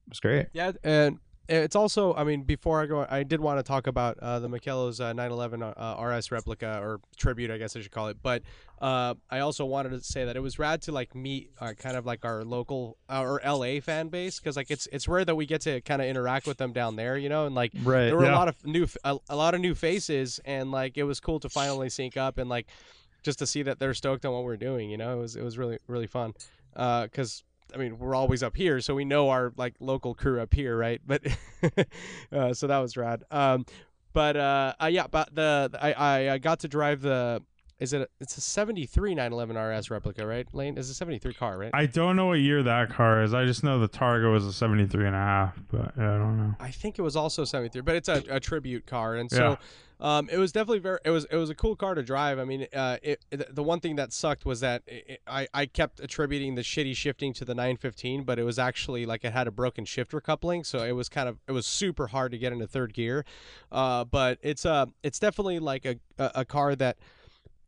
it was great.
Yeah, and it's also, I mean, before I go, I did want to talk about uh, the Michello's uh, 911 uh, RS replica or tribute, I guess I should call it. But uh, I also wanted to say that it was rad to like meet uh, kind of like our local uh, or LA fan base because like it's it's rare that we get to kind of interact with them down there, you know, and like
Right.
there were
yeah.
a lot of new a, a lot of new faces and like it was cool to finally sync up and like just to see that they're stoked on what we're doing you know it was it was really really fun because i mean we're always up here so we know our like local crew up here right but *laughs* uh, so that was rad um but uh, uh yeah but the, the- I, I i got to drive the is it a, it's a 73 911 rs replica right lane is a 73 car right
I don't know what year that car is. I just know the Targa was a 73 and a half, but yeah, I don't know.
I think it was also 73, but it's a, a tribute car, and so um, it was definitely very. It was it was a cool car to drive. I mean, uh, it, the- the one thing that sucked was that it, it- I I kept attributing the shitty shifting to the 915, but it was actually like it had a broken shifter coupling, so it was kind of it was super hard to get into third gear. Uh, but it's uh, it's definitely like a a, a car that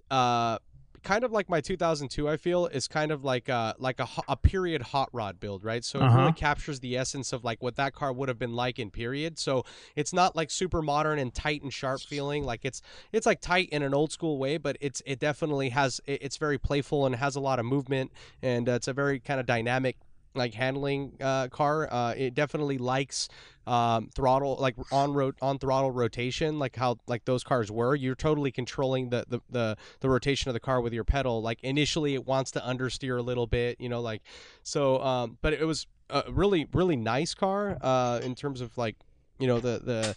uh, kind of like my 2002 i feel is kind of like a like a, ho- a period hot rod build right so it
Uh-huh.
really captures the essence of like what that car would have been like in period so it's not like super modern and tight and sharp feeling like it's it's like tight in an old school way but it's it definitely has it- it's very playful and has a lot of movement and uh, it's a very kind of dynamic like handling uh, car uh, it definitely likes um, throttle like on road on throttle rotation like how like those cars were you're totally controlling the, the the the rotation of the car with your pedal like initially it wants to understeer a little bit you know like so um but it was a really really nice car uh in terms of like you know the the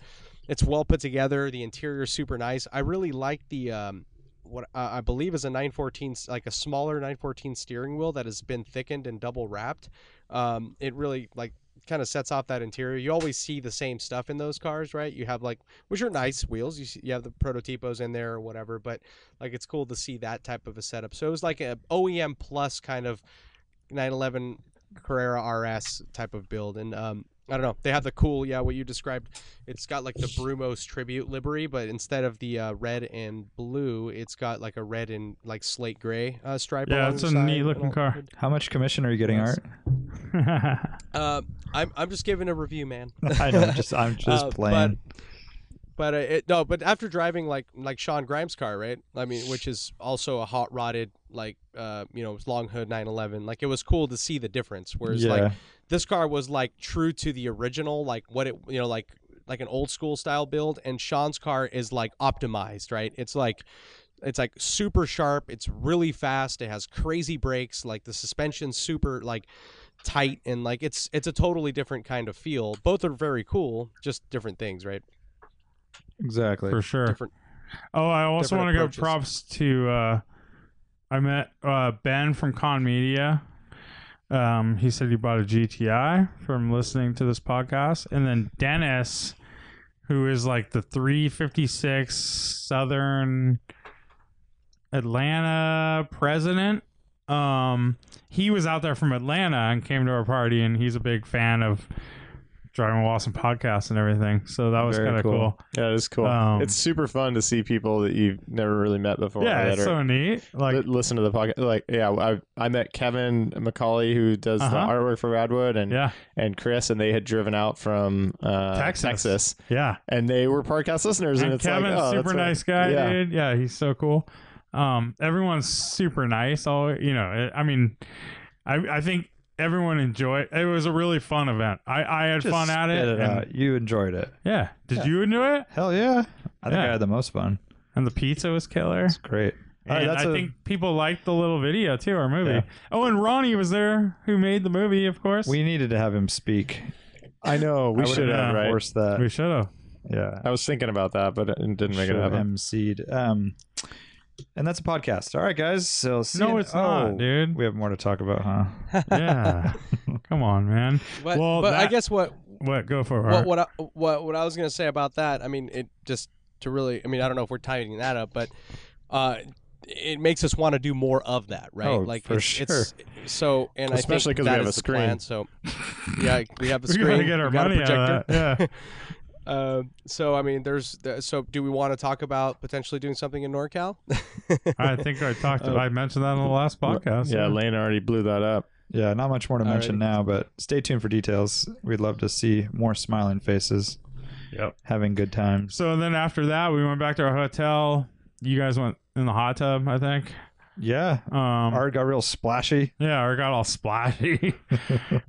it's well put together the interior's super nice i really like the um what I I believe is a 914, s- like a smaller 914 steering wheel that has been thickened and double wrapped. Um, it really like kind of sets off that interior. You always see the same stuff in those cars, right? You have like which are nice wheels. You see, you have the prototipos in there or whatever, but like it's cool to see that type of a setup. So it was like a OEM plus kind of 911 Carrera RS type of build, and um, I don't know. They have the cool, yeah, what you described. It's got like the Brumos tribute livery, but instead of the uh, red and blue, it's got like a red and like slate gray uh, stripe.
Yeah,
along
it's
the
a
side
neat
and
looking
all-
car.
How much commission are you getting,
Nice.
Art? *laughs*
Uh, I'm I'm just giving a review, man.
I know. I'm
*laughs*
just I'm just
Uh, but-
playing.
But uh, it, no, but after driving like like Sean Grimes' car, right? I mean, which is also a hot rodded like uh you know long hood 911. Like it was cool to see the difference. Whereas like this car was like true to the original, like what it you know like like an old school style build, and Sean's car is like optimized, right? It's like it's like super sharp. It's really fast. It has crazy brakes. Like the suspension's super like tight and like it's it's a totally different kind of feel. Both are very cool, just different things, right?
exactly.
*laughs* For sure.
Different.
Oh, I also
different
want to give
approaches.
props to uh, I met uh, Ben from Con Media. Um, he said he bought a GTI from listening to this podcast, and then Dennis, who is like the 356 Southern Atlanta president. um, he was out there from Atlanta and came to our party, and he's a big fan of Driving Awesome podcast and everything. So that was
Very
kind of cool.
Yeah, it's cool.
Um,
it's super fun to see people that you've never really met before.
Yeah,
that
it's
are-
so neat. Like,
that listen to the podcast. Like, yeah, I I met Kevin McCauley who does
Uh-huh.
the artwork for Radwood and
yeah,
and Chris, and they had driven out from uh,
Texas.
Texas,
yeah.
and they were podcast listeners. And,
And
it's
Kevin's
like, oh, that's
super
what-
nice guy,
Yeah,
dude. Yeah, he's so cool. Um, everyone's super nice. All you know, I I mean, I I think everyone enjoyed. It was a really fun event. I I had
Just
fun at it.
spit
and-
out. You enjoyed it.
Yeah. Did you enjoy it?
Hell yeah. I think
Yeah.
I had the most fun.
And the pizza was killer.
It's great. All right,
And I
that's a-
think people liked the little video too, our movie.
Yeah.
Oh, and Ronnie was there who made the movie, of course.
we needed to have him speak.
I know we
I
should
yeah.
have right.
forced that.
we should have.
yeah.
I was thinking about that, but it didn't make it
Should've
happen.
MC'd. Um, and that's a podcast. All right, guys. So see
No,
you-
it's not,
oh,
dude.
We have more to talk about, huh?
Yeah. Come on, man.
But,
Well,
but I
that-
guess what
What? Go for it.
what what I, what what I was gonna say about that. I mean, it just to really. I mean, I don't know if we're tying that up, but uh, it makes us want to do more of that, right?
Oh,
like
for
it's, it's so, and
Especially
I
'cause
think
we
that
have
is
a
the plan,
screen.
*laughs*
So yeah, we have a
we
screen.
gotta get our
we got
money
a
out
projector.
of that. Yeah.
Uh, so I mean, there's th- so do we want to talk about potentially doing something in NorCal? *laughs*
I think I
*laughs*
talked. I mentioned that on the last podcast.
Uh, Yeah, Lane already blew that up.
yeah, not much more to mention now, but stay tuned for details. We'd love to see more smiling faces.
Yep.
Having good times.
So then after that, we went back to our hotel. You guys went in the hot tub, I think.
Yeah.
Um,
Art got real splashy.
Yeah, or got all
*laughs*
splashy.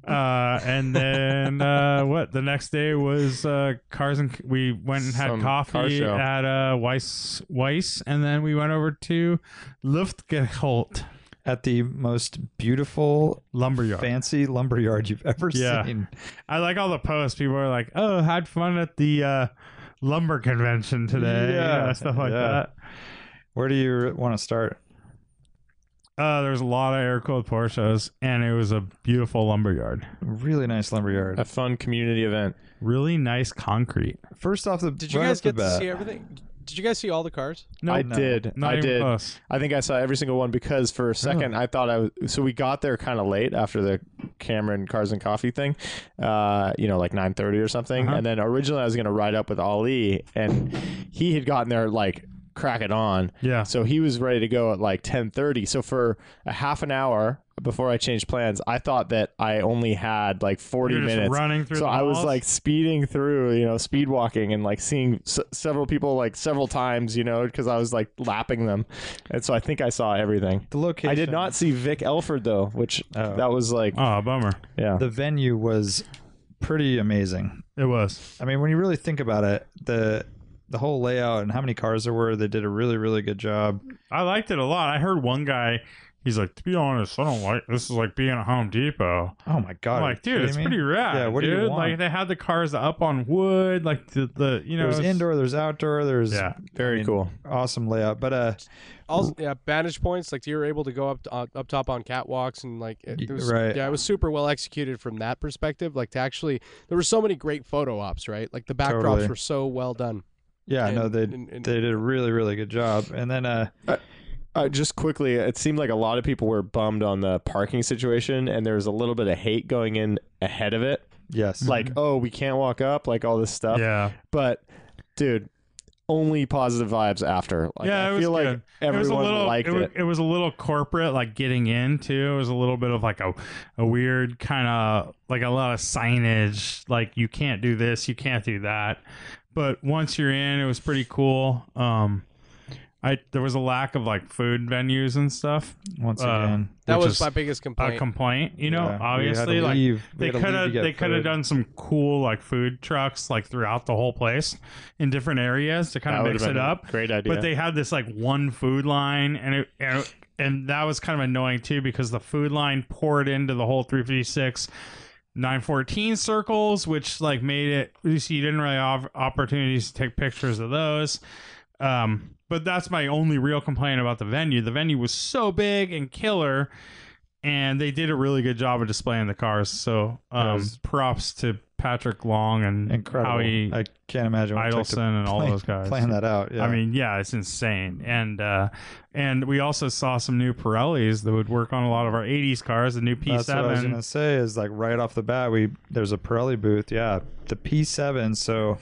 uh, and then uh, what? The next day was uh, cars and we went and had
Some car
coffee
show.
at uh, Weiss Weiss, and then we went over to Luftgeholt
at the most beautiful
Lumberyard.
fancy lumberyard you've ever
Yeah.
seen.
I like all the posts. People are like, "Oh, had fun at the uh, lumber convention today," you
Yeah,
know, stuff like
yeah.
that.
Where do you want to start?
Uh, there's a lot of air cooled Porsches, and it was a beautiful lumberyard.
Really nice lumberyard.
Uh,
A fun community event.
Really nice concrete.
First off, the
Did you
right
guys
off the
get to
bat-
see everything? Did you guys see all the cars?
No,
I
no.
did.
not
I
even
did.
close.
I think I saw every single one because for
Oh.
a second I thought I was. So we got there kind of late after the Cameron Cars and Coffee thing, uh, you know, like nine thirty or something.
Uh-huh.
And then originally I was gonna ride up with Ali, and he had gotten there like crack it on,
Yeah.
so he was ready to go at like ten thirty. So for a half an hour before I changed plans, I thought that I only had like forty
You're just
minutes
running through
so
the
I was
halls?
like speeding through, you know, speed walking and like seeing s- several people like several times, you know, because I was like lapping them, and so I think I saw everything.
the location.
I did not see Vic Elford though, which
Oh.
that was like,
Oh, bummer.
yeah,
The venue was pretty amazing.
It was.
I mean, when you really think about it, the the whole layout and how many cars there were, they did a really, really good job.
I liked it a lot. I heard one guy, he's like, to be honest, I don't like this. Is like being at Home Depot.
Oh my god!
I'm
are
like,
you
dude,
kidding
it's
me?
pretty rad.
Yeah, what do
dude.
you want?
Like they had the cars up on wood, like the, the you know,
there's
it's-
indoor, there's outdoor, there's
Yeah,
very
mean,
cool.
awesome layout. But uh,
All yeah, vantage points. Like you were able to go up uh, up top on catwalks and like it,
Y-
it was,
right.
Yeah, it was super well executed from that perspective. Like to actually, there were so many great photo ops. Right, like the backdrops
Totally.
were so well done.
yeah, no,
And-
they
and- and-
they did a really, really good job. And then uh,
Uh, just quickly, it seemed like a lot of people were bummed on the parking situation, and there was a little bit of hate going in ahead of it,
yes,
like, oh, we can't walk up, like all this stuff.
Mm-hmm. yeah,
But, dude. Only positive vibes after. Like,
yeah.
I
It was
feel like
good.
everyone
it was a little,
liked
it,
it.
wa- it was a little corporate, like getting in too. It was a little bit of like a, a weird kind of like a lot of signage, like you can't do this, you can't do that. But once you're in, it was pretty cool. Um, I there was a lack of like food venues and stuff.
once
uh,
again,
That
which
was
is
my biggest
a
complaint.
complaint. You know,
Yeah, we had to
obviously, like
leave. We
they
had to
could
leave to
have
get
they could have
food.
done some cool like food trucks like throughout the whole place in different areas to kind
That
of
would've
mix
been
it
a
up.
Great idea.
But they had this like one food line, and it, and it- and that was kind of annoying too because the food line poured into the whole 356. 914 circles which like made it you see you didn't really have opportunities to take pictures of those um but that's my only real complaint about the venue the venue was so big and killer and they did a really good job of displaying the cars. So
That
um,
was-
props to Patrick Long and
Incredible.
Howie
I can't imagine what it took to
Idelson
*laughs*
and all
plan-
those guys.
plan that out. Yeah.
I mean, yeah, it's insane. And uh, and we also saw some new Pirellis that would work on a lot of our '80s cars. The new
That's what I was gonna
P7.
say is like right off the bat, we there's a Pirelli booth. Yeah, the P7. So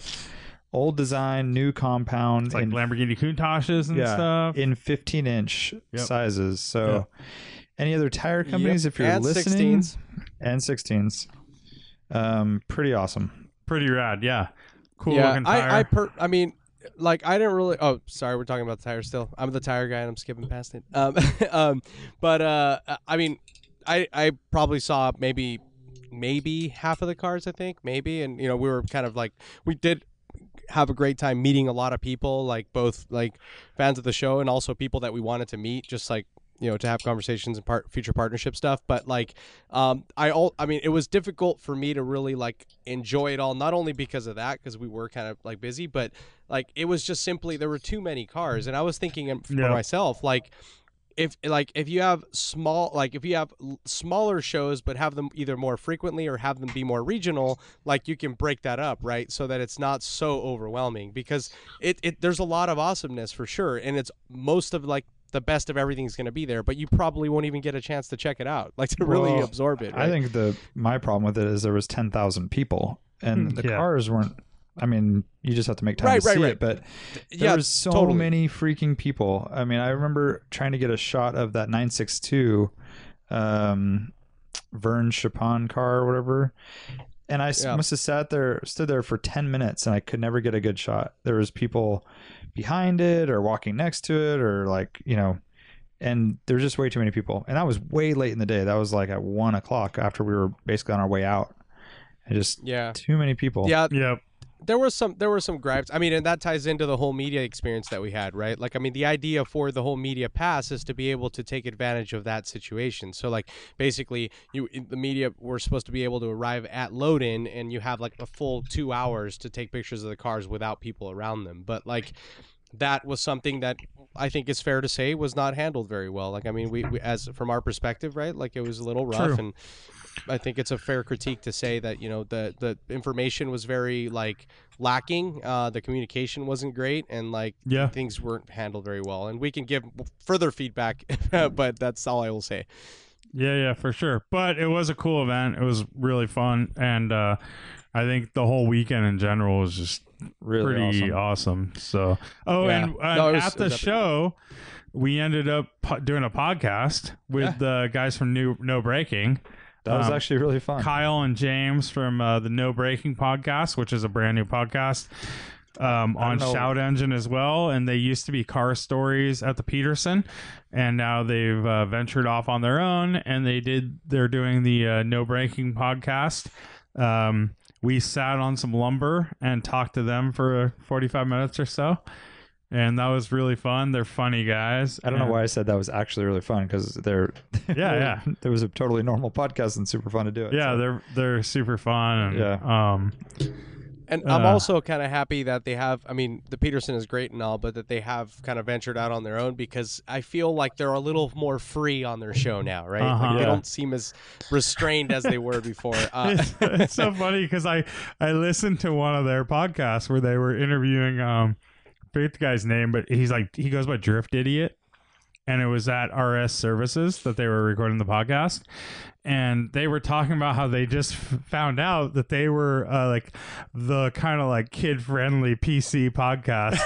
old design, new compound.
It's like
in-
Lamborghini Countaches and
yeah,
stuff.
in 15 inch
Yep.
sizes. So any other tire companies, if you're
And
listening,
16s.
and 16s, um, pretty awesome.
Pretty rad. Yeah. Cool
yeah,
looking tire.
I, I, per- I mean, like I didn't really. Oh, sorry, we're talking about the tire still. I'm the tire guy, and I'm skipping past it. Um, *laughs* um, but uh, I mean, I I probably saw maybe maybe half of the cars. I think maybe, and you know, we were kind of like we did have a great time meeting a lot of people, like both like fans of the show and also people that we wanted to meet, just like you know to have conversations and part future partnership stuff but like um i all i mean it was difficult for me to really like enjoy it all not only because of that because we were kind of like busy but like it was just simply there were too many cars and i was thinking um, for
Yeah.
myself like if like if you have small like if you have l- smaller shows but have them either more frequently or have them be more regional like you can break that up right so that it's not so overwhelming because it, it there's a lot of awesomeness for sure and it's most of like the best of everything's going to be there but you probably won't even get a chance to check it out *laughs* like to really
Well,
absorb it
I
right?
think the my problem with it is there was 10,000 people and
Hmm,
the
yeah.
cars weren't. I mean, you just have to make time
Right,
to
right,
see
right.
it, but there
yeah
was so
totally.
many freaking people. I mean, I remember trying to get a shot of that 962 um, Vern Chapon car or whatever. And I s-
Yeah.
must have sat there, stood there for 10 minutes and I could never get a good shot. There was people behind it or walking next to it or like, you know, and there were just way too many people. And that was way late in the day. That was like at one o'clock after we were basically on our way out. And just
yeah
too many people.
yeah
Yep.
there were some there were some gripes. I mean, and that ties into the whole media experience that we had, right? Like, I mean, the idea for the whole media pass is to be able to take advantage of that situation. So, like, basically, you the media were supposed to be able to arrive at load in, and you have like a full two hours to take pictures of the cars without people around them. But like, that was something that I think is fair to say was not handled very well. Like, I mean, we, we as from our perspective, right? Like, it was a little rough,
True.
and I think it's a fair critique to say that you know the the information was very like lacking. Uh, the communication wasn't great, and like
Yeah.
things weren't handled very well. And we can give further feedback, *laughs* but that's all I will say.
Yeah, yeah, for sure. But it was a cool event. It was really fun, and uh, I think the whole weekend in general was just
Really
pretty
awesome.
awesome. So, oh,
Yeah.
and, and
No, it was-
at
it was
the
epic.
show, we ended up po- doing a podcast with the guys from New No Breaking,
That was
Um,
actually really fun.
Kyle and James from uh, the No Breaking podcast, which is a brand new podcast um,
I
on
don't know.
Shout Engine as well. And they used to be Car Stories at the Peterson, and now they've uh, ventured off on their own. And they did they're doing the uh, No Breaking podcast. Um, we sat on some lumber and talked to them for 45 minutes or so. And that was really fun. They're funny guys.
I don't know
And-
why I said that was actually really fun because *laughs* there,
Yeah, yeah.
there was a totally normal podcast and super fun to do it.
Yeah,
so.
they're they're super fun. And,
Yeah.
Um,
And I'm
Uh,
also kind of happy that they have. I mean, the Peterson is great and all, but that they have kind of ventured out on their own because I feel like they're a little more free on their show now, right? Like
Uh-huh.
they
Yeah.
don't seem as restrained as they were before.
*laughs*
Uh,
it's, it's so funny because I I listened to one of their podcasts where they were interviewing um I forget the guy's name, but he's like he goes by Drift Idiot, and it was at RS Services that they were recording the podcast, and they were talking about how they just f- found out that they were uh, like the kind of like kid friendly PC podcast.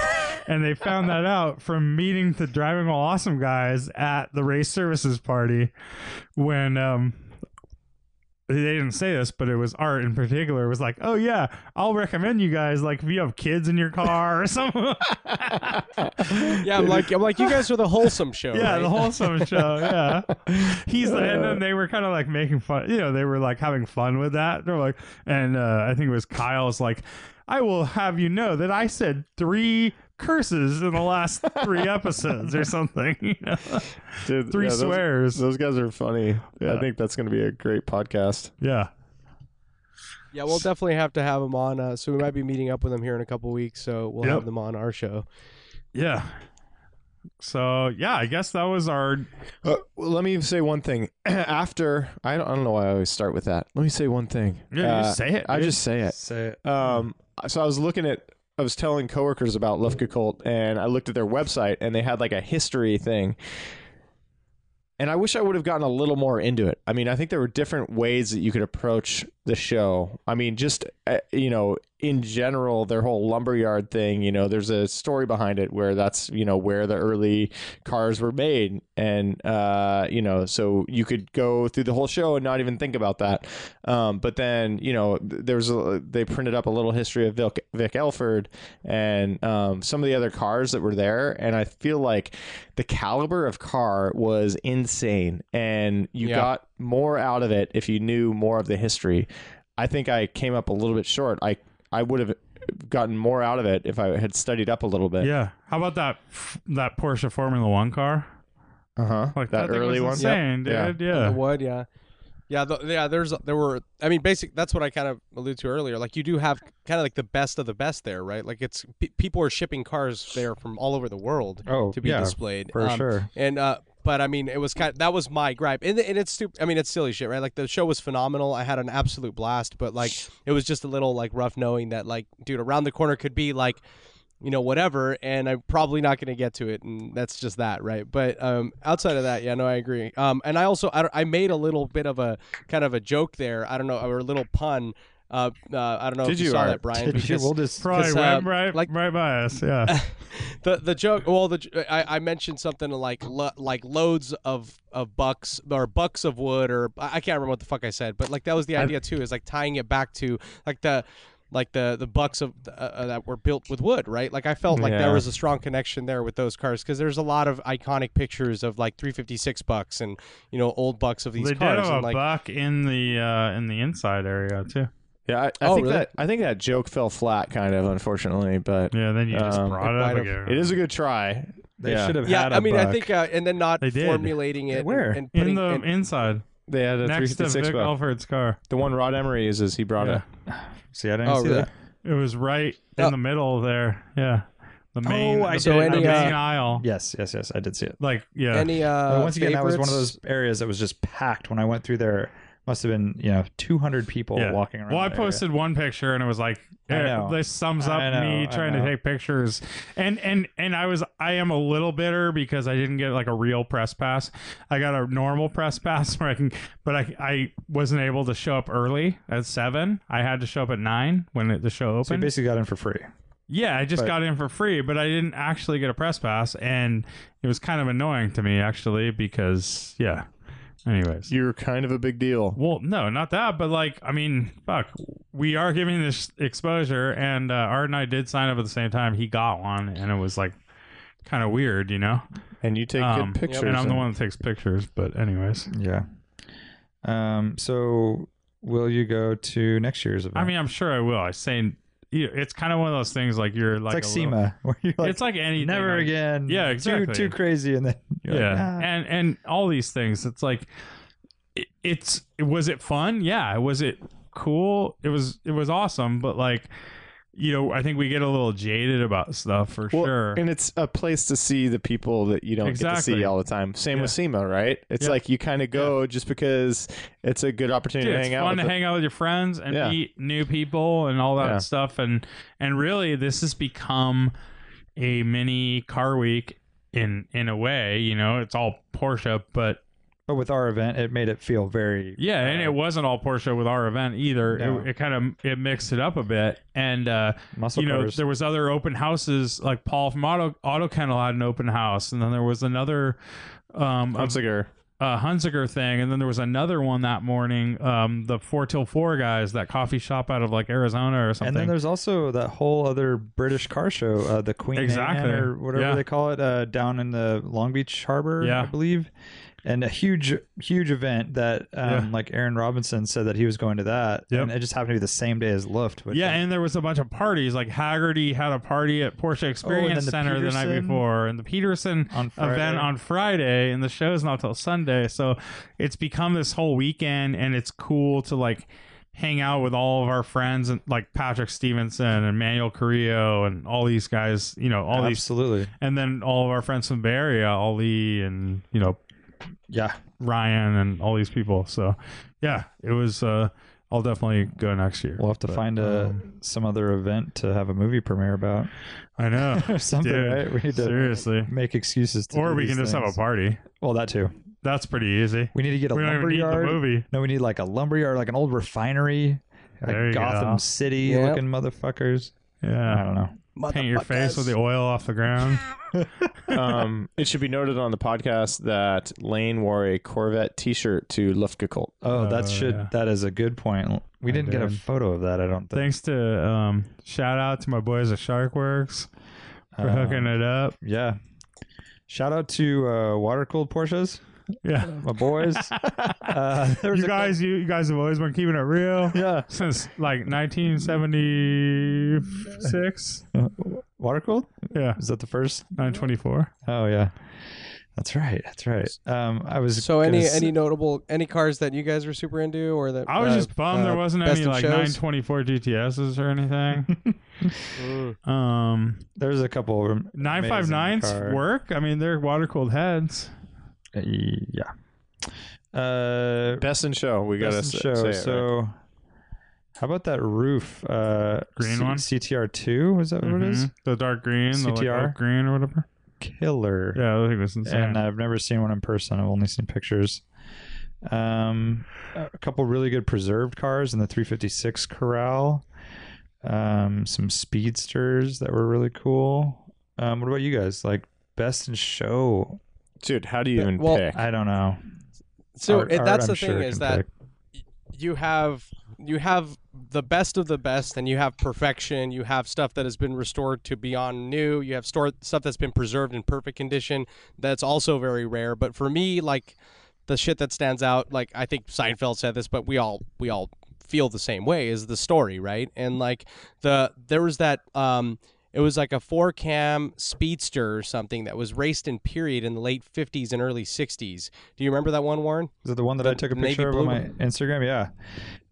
And they found that out from meeting the driving all awesome guys at the race services party when um they didn't say this, but it was Art in particular was like, "Oh yeah, I'll recommend you guys like if you have kids in your car or
Oh,
something." *laughs*
yeah, I'm like, I'm like, you guys are the wholesome show.
yeah,
right?
the wholesome show.
*laughs*
Yeah, he's the, and then they were kind of like making fun. You know, they were like having fun with that. They're like, and uh, I think it was Kyle's like, "I will have you know that I said three curses in the last
*laughs*
three episodes or something." *laughs* You know,
Dude,
three
yeah, those-
swears.
Those guys are funny.
Yeah.
I think that's going to be a great podcast.
yeah.
Yeah, we'll definitely have to have them on. Uh, so we might be meeting up with them here in a couple weeks. So we'll
Yep.
have them on our show.
Yeah. So yeah, I guess that was our
Uh, well, let me say one thing. *clears throat* After I don't, I don't know why I always start with that. Let me say one thing.
Yeah, you
Uh,
say it.
I
dude.
just say it.
Say it.
Um, so I was looking at, I was telling coworkers about Lufka Cult, and I looked at their website, and they had like a history thing. And I wish I would have gotten a little more into it. I mean, I think there were different ways that you could approach the show. I mean, just uh, you know, in general, their whole lumberyard thing. You know, there's a story behind it where that's you know where the early cars were made, and uh, you know, so you could go through the whole show and not even think about that. Um, but then you know, th- there's a, they printed up a little history of Vic, Vic Elford and um, some of the other cars that were there, and I feel like the caliber of car was insane, and you
Yeah.
got more out of it if you knew more of the history. I think I came up a little bit short. I I would have gotten more out of it if I had studied up a little bit.
yeah. How about that f- that Porsche Formula One car?
Uh huh.
Uh-huh.
Like
that,
thing
early
was
one.
insane,
Yeah.
dude.
Uh.
Yeah.
The wood, yeah. Yeah, th yeah. There's there were. I mean, basic. That's what I kind of alluded to earlier. Like you do have kind of like the best of the best there, right? Like it's pe- people are shipping cars there from all over the world
Oh,
to be
yeah,
displayed
for
Um,
sure.
And uh, but I mean, it was kind. that was my gripe, and, and it's stupid. I mean, it's silly shit, right? Like the show was phenomenal. I had an absolute blast, but like it was just a little like rough knowing that like, dude, around the corner could be like, you know, whatever, and I'm probably not going to get to it, and that's just that, right? But um, outside of that, yeah, no, I agree. Um, and I also I, don't- I made a little bit of a kind of a joke there. I don't know, or a little pun. Uh, uh, I don't know
Did
if you,
you,
saw
Art?
that, *laughs* Brian.
Did you-
because-
we'll just
Probably
'Cause,
right,
um,
right,
like-
right by us. Yeah.
the the joke. Well, the j- I, I mentioned something like lo, like loads of of bucks or bucks of wood or I I can't remember what the fuck I said, but like that was the idea too. Is like tying it back to like the like the the bucks of uh, uh, that were built with wood, right? Like I felt like
Yeah.
there was a strong connection there with those cars because there's a lot of iconic pictures of like 356 bucks and you know old bucks of *laughs* these
They did
cars
have a
and like
buck in the uh, in the inside area too.
Yeah, I, I
Oh,
think
really?
that I think that joke fell flat, kind of unfortunately, but
Yeah. Then you just
Um,
brought it up
might
again.
it is a good try.
*laughs* They
yeah.
should have
yeah.
had a
I mean, I
buck.
think uh, and then not
They did.
formulating it
Where?
and putting
in the
and-
inside
They had a
next to
356
Vic
buck.
Alford's car.
The one Rod Emery uses, he brought
Yeah.
it.
See, I didn't
Oh,
see
really?
that.
It was right in
Oh.
the middle there. Yeah. The main,
I
the,
So
main-
any,
the
uh,
main aisle.
Yes, yes, yes. I did see it.
Like yeah.
any uh
But once again, that was one of
favorites?
those areas that was just packed when I went through there. Must have been you know 200 people
Yeah.
walking around.
Well, I
that area.
posted one picture and it was like,
I
eh,
know.
this sums
I
up
know,
me
I
trying to
know.
take pictures, and and and I was I am a little bitter because I didn't get like a real press pass. I got a normal press pass *laughs* where I can, but I I wasn't able to show up early at seven. I had to show up at nine when it, the show
So you
opened.
basically got in for free.
yeah, I just
but-
got in for free, but I didn't actually get a press pass, and it was kind of annoying to me actually because yeah. Anyways,
You're kind of a big deal.
well, no, not that, but like, I mean, fuck, we are giving this exposure, and uh, Art and I did sign up at the same time. He got one, and it was like kind of weird, you know.
And you take
Um,
good pictures.
And I'm the
and-
one that takes pictures, but anyways,
Yeah. Um. So will you go to next year's event?
I mean, I'm sure I will. I say you- it's kind of one of those things like you're
it's
like,
like
a little-
SEMA, *laughs* where you're like,
it's like anything.
never
like-
again.
Yeah, exactly.
Too too crazy, and then you're
yeah,
like, "Ah."
and and all these things. It's like it, it's was it fun? Yeah, was it cool? It was it was awesome, but like. You know, I think we get a little jaded about stuff for
Well,
sure.
And it's a place to see the people that you don't get to
Exactly.
see all the time. Same with
Yeah.
SEMA, right? It's
Yeah.
like you kind of go just because it's a good opportunity
Dude,
to
it's
hang out.
fun
with
to
the-
hang out with your friends and
Yeah.
meet new people and all that
Yeah.
stuff. And and really, this has become a mini car week in in a way. You know, it's all Porsche, but
but with our event, it made it feel very
yeah, and
uh,
it wasn't all Porsche with our event either.
No.
It, it kind of it mixed it up a bit, and uh,
muscle
you know,
cars.
there was other open houses like Paul from Auto Auto Kennel had an open house, and then there was another um a
Hunziker.
uh, Hunziker thing, and then there was another one that morning. Um, the four till four guys, that coffee shop out of like Arizona or
and then
something.
there's also that whole other British car show, uh, the Queen Anne
Exactly.
or whatever
Yeah.
they call it, uh, down in the Long Beach Harbor,
Yeah.
I believe, and a huge, huge event that um, like Aaron Robinson said that he was going to that,
Yep.
and it just happened to be the same day as Luft. Which
yeah,
um,
and there was a bunch of parties. Like Haggerty had a party at Porsche Experience
Oh, the
Center the night
Peterson-
before, and the Peterson
on Friday.
event on Friday, and the show's not till Sunday. So it's become this whole weekend, and it's cool to like hang out with all of our friends and like Patrick Stevenson and Manuel Carrillo and all these guys, you know, all these,
Absolutely.
and then all of our friends from the Bay Area, Ali and you know
Yeah.
Ryan and all these people. So yeah, it was. uh I'll definitely go next year.
We'll have to
But,
find a,
um,
some other event to have a movie premiere about
I know.
*laughs* or something,
Dude,
right? We need to
Seriously.
make excuses to
Or
do
we
these
can just have a
things.
party.
Well, that too.
That's pretty easy.
We need to get a
We don't even need the
lumberyard.
movie.
No, we need like a lumberyard, like an old refinery,
There
like
you
Gotham
go.
City
Yep.
looking motherfuckers. I
Yeah.
don't know.
Paint your face with the oil off the
*laughs*
ground.
um, it should be noted on the podcast that Lane wore a Corvette T-shirt to Luftgekult.
Oh,
Oh,
that should
yeah.
that is a good point. We
I
didn't get a
did.
photo of that. I don't think.
Thanks to um, shout out to my boys at Sharkworks for
Um,
hooking it up.
Yeah. Shout out to uh, water cooled Porsches,
Yeah. *laughs*
my boys. uh, *laughs* there was
You
a couple-
guys, you, you guys have always been keeping it real *laughs*
yeah,
since like 1976.
water cooled.
Yeah,
Is that the first?
924.
Oh yeah, that's right. That's right. Um, I was
So any
gonna s-
any notable any cars that you guys were super into or that
I was
uh,
just bummed
uh,
there wasn't
best
any
in
like
shows?
924 GTSs or anything.
Mm.
um,
there's a couple of amazing
959s
car-
work. I mean, they're water cooled heads.
Uh, Yeah. Uh,
Best in show. We got to
best in show. so how about that roof? Uh,
Green one?
CTR two. Is that what it is?
Mhm. The dark green, the like,
CTR?
oak green or whatever.
Killer.
Mm-hmm. Yeah, I think it was insane.
and I've never seen one in person. I've only seen pictures. Um, a couple really good preserved cars in the 356 Corral. Um, some speedsters that were really cool. Um, what about you guys? Like best in show?
dude, how do you even
Well,
pick?
I don't know.
So
Art-
it-
Art,
that's
I'm
the
sure,
thing is
can
that
pick.
you have you have the best of the best and you have perfection you have stuff that has been restored to beyond new you have stored stuff that's been preserved in perfect condition that's also very rare but for me like the shit that stands out like i think seinfeld said this but we all we all feel the same way is the story right and like the there was that um it was like a four cam speedster or something that was raced in period in the late 50s and early 60s do you remember that one warren
Is it the one that I took a
navy
picture of
blue
on my
one.
Instagram? Yeah,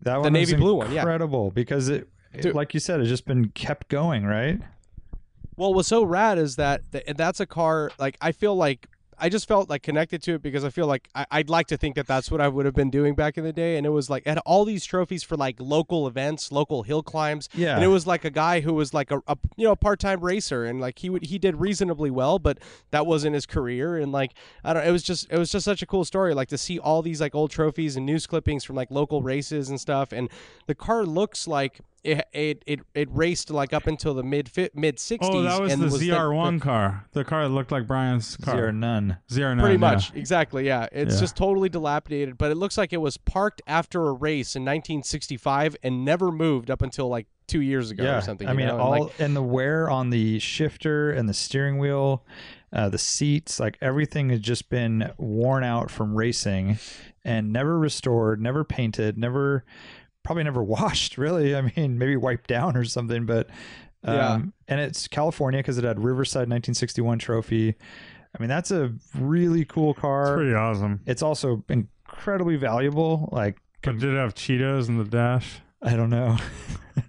that one.
navy
was
blue one, yeah.
Incredible because it, it-
Dude.
like you said, it's just been kept going, right?
Well, what's so rad is that th- that's a car. Like I feel like I just felt like connected to it because I feel like I- I'd like to think that that's what I would have been doing back in the day. And it was like it had all these trophies for like local events, local hill climbs.
Yeah.
And it was like a guy who was like a, a you know a part time racer, and like he would he did reasonably well, but that wasn't his career. And like I don't, it was just it was just such a cool story. Like to see all these like old trophies and news clippings from like local races and stuff. And the car looks like it it it, it raced like up until the mid fi- mid sixties.
Oh, that was
and
the
was
ZR1 car. The car that looked like Brian's car.
Zero none.
ZR9.
Pretty
yeah.
much, exactly. Yeah, it's
Yeah.
just totally dilapidated, but it looks like it was parked after a race in 1965 and never moved up until like two years ago or something.
I
you
mean,
know? And,
all
*laughs* like,
and, the wear on the shifter and the steering wheel, uh, the seats, like everything has just been worn out from racing, and never restored, never painted, never, probably never *laughs* washed. Really, I mean, maybe wiped down or something. But um,
Yeah.
and it's California because it had Riverside 1961 trophy. I mean, that's a really cool
It's
car.
pretty awesome.
it's also incredibly valuable. Like
But did it have Cheetos in the dash?
I don't know. *laughs*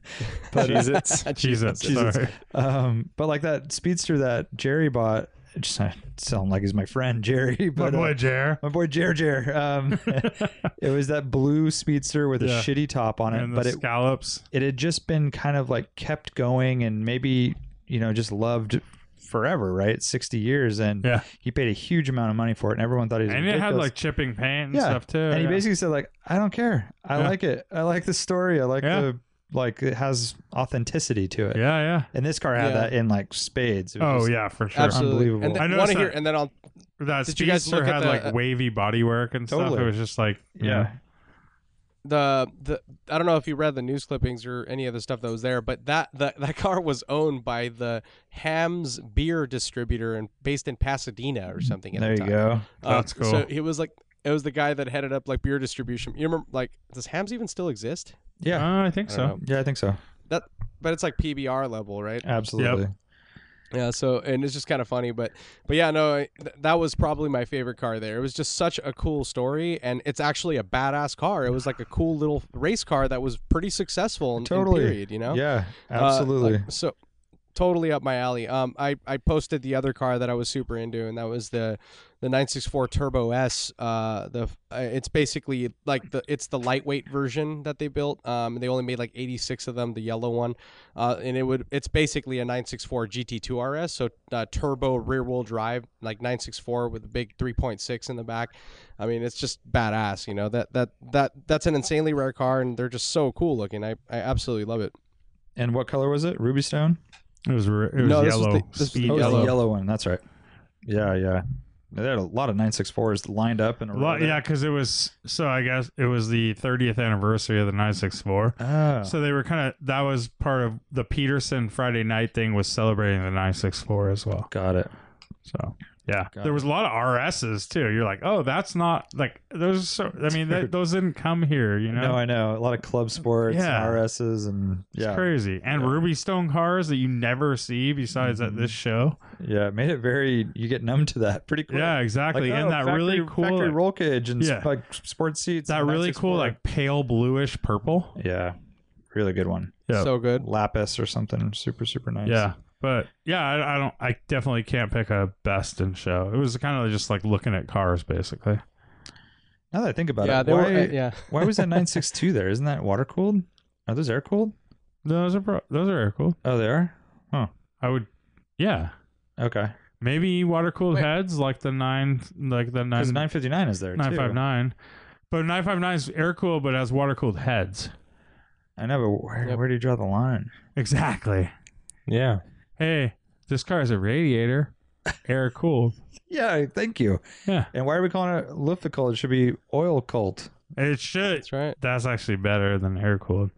but uh, *laughs*
Jesus.
Jesus. *laughs*
Jesus.
Sorry.
Um, but like that speedster that Jerry bought, it just I sound like he's my friend *laughs* Jerry,
My
but uh,
boy Jer.
my boy Jer Jer.
*laughs*
Um, it was that blue speedster with
Yeah.
a shitty top on it,
And the
but it
scallops.
it had just been kind of like kept going and maybe you know just loved forever, right? Sixty years, and
Yeah.
he paid a huge amount of money for it, and everyone thought he was
And it had
ridiculous.
like chipping paint and
Yeah,
stuff too.
and he
yeah.
basically said like I don't care, I
Yeah.
like it, I like the story, I like
Yeah.
the like it has authenticity to it.
Yeah, yeah.
And this car had
Yeah.
that in like spades. It was
Oh
just-
yeah, for sure.
absolutely
unbelievable.
And
I
then,
noticed
want to hear,
that-
and then on
That
Did you guys
speedster
look
had
at the-
like wavy bodywork and stuff.
uh, Totally.
It was just like you
Yeah.
know,
the the I don't know if you read the news clippings or any of the stuff that was there, but that that, *laughs* that car was owned by the Hams beer distributor and based in Pasadena or something. At
Mm-hmm. There
the
you
time.
go.
Uh,
That's cool.
So he was like, it was the guy that headed up like beer distribution. You remember, like, does Hams even still exist?
Yeah.
uh, I think
I
so.
don't know.
yeah, I think so.
But it's like PBR level, right?
Absolutely.
Yeah, so and it's just kind of funny, but but yeah, no, I- th- that was probably my favorite car there. It was just such a cool story, and it's actually a badass car. It was like a cool little race car that was pretty successful. In, in
Totally.
period, you know.
Yeah,
Uh,
absolutely.
like, so totally up my alley. Um, I, I posted the other car that I was super into, and that was the the 964 Turbo S. Uh, the uh, it's basically like the it's the lightweight version that they built. Um, they only made like 86 of them, the yellow one. Uh, and it would it's basically a 964 GT2 RS, so uh, turbo rear wheel drive, like 964 with a big 3.6 in the back. I mean, it's just badass. You know that that that that's an insanely rare car, and they're just so cool looking. I I absolutely love it.
and what color was it? Ruby stone.
It was re- it was
No, this was
yellow.
the- this was
speed
the
Oh, it's
yellow.
Yellow.
the yellow one. That's right. Yeah, yeah. They had a lot of 964s lined up in a row.
Well,
there.
yeah, because it was so. I guess it was the 30th anniversary of the 964.
Oh.
So they were kind of that was part of the Peterson Friday night thing was celebrating the 964 as well.
Got it.
So yeah,
Got
there
it.
was a lot of RSs too. You're like, oh, that's not like those. So, I mean, that, those didn't come here. You know,
No, I know. A lot of club sports,
Yeah.
and RSs, and
it's
yeah.
crazy. And
Yeah.
Ruby Stone cars that you never see besides
Mhm.
at this show.
Yeah, it made it very, you get numb to that pretty quick.
Yeah, exactly.
Like,
and
oh,
that
factory-
really cool,
Factory
like-
roll cage and s-
Yeah.
like sports seats.
that
and
really cool,
964.
like pale bluish purple.
Yeah. Really good one.
Yeah.
So good.
Lapis or something. Super, super nice.
Yeah. But yeah, I, I don't. I definitely can't pick a best in show. It was kind of just like looking at cars, basically.
Now that I think about
yeah,
it,
they
why,
were. uh, yeah.
why was that 962 there? Isn't that water cooled? Are those air cooled?
Those are pro- those are cool.
Oh, they are?
I would, yeah,
Okay.
maybe water cooled
Wait.
heads like the nine, like the
Because
nine
959 is there.
nine
too.
five nine. But nine five nine is air cooled, but has water cooled heads.
I know, but where,
Yep.
where do you draw the line?
Exactly.
Yeah.
Hey, this car is a radiator, air cooled.
Yeah, thank you.
Yeah.
And why are we calling it Lufthansa cult? It should be oil cult.
It should.
That's right.
That's actually better than air cooled.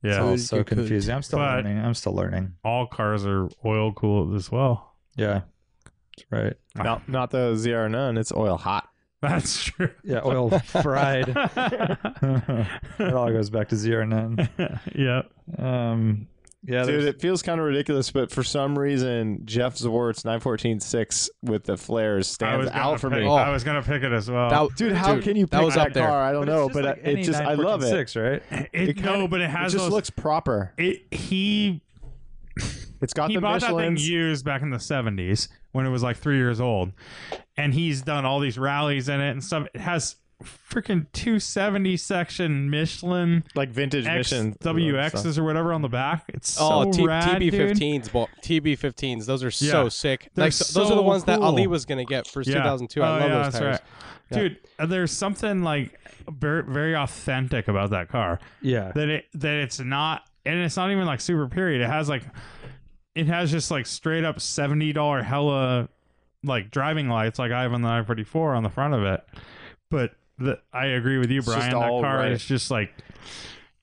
Yeah,
It's
So
all
you
so
could-
confusing. I'm still
But-
learning. I'm still learning.
all cars are oil cooled as well. *laughs*
Yeah. That's right.
Not, not the ZR none. It's oil hot.
That's true.
Yeah, *laughs* oil
*laughs*
fried. it all goes back to zero none.
yeah.
Um, yeah,
Dude,
there's-
it feels kind of ridiculous, but for some reason, Jeff Zwart's 914.6 with the flares
I was
stands
gonna Oh,
out for
pick-
me.
I was gonna pick it as well.
That-
Dude, how
Dude,
can you pick
that
that,
was up there.
car? I don't know, but
like
it
any
just, I love it.
914.6, right?
it,
kinda-
no, but it has
it just
those-
looks proper.
It he
It's got
he
the
bought that thing
Michelin's.
used back in the seventies when it was like three years old, and he's done all these rallies in it and stuff. It has freaking two seventy section Michelin
like vintage
X,
mission
WXs or whatever on the back. It's
oh,
so
T-
rad, dude.
TB15s, bo- TB15s. Those are so
Yeah.
sick.
They're
Like th- those are the
so
ones that
cool.
Ali was gonna get for 2002. I
Oh,
love
yeah,
those
that's
tires.
right. Dude, there's something like very, very authentic about that car.
Yeah.
that it that it's not and it's not even like super period. It has like it has just like straight up seventy dollar hella like driving lights like I have on the nine forty four on the front of it. But the, I agree with you,
just
Brian.
all
That car
right.
is just like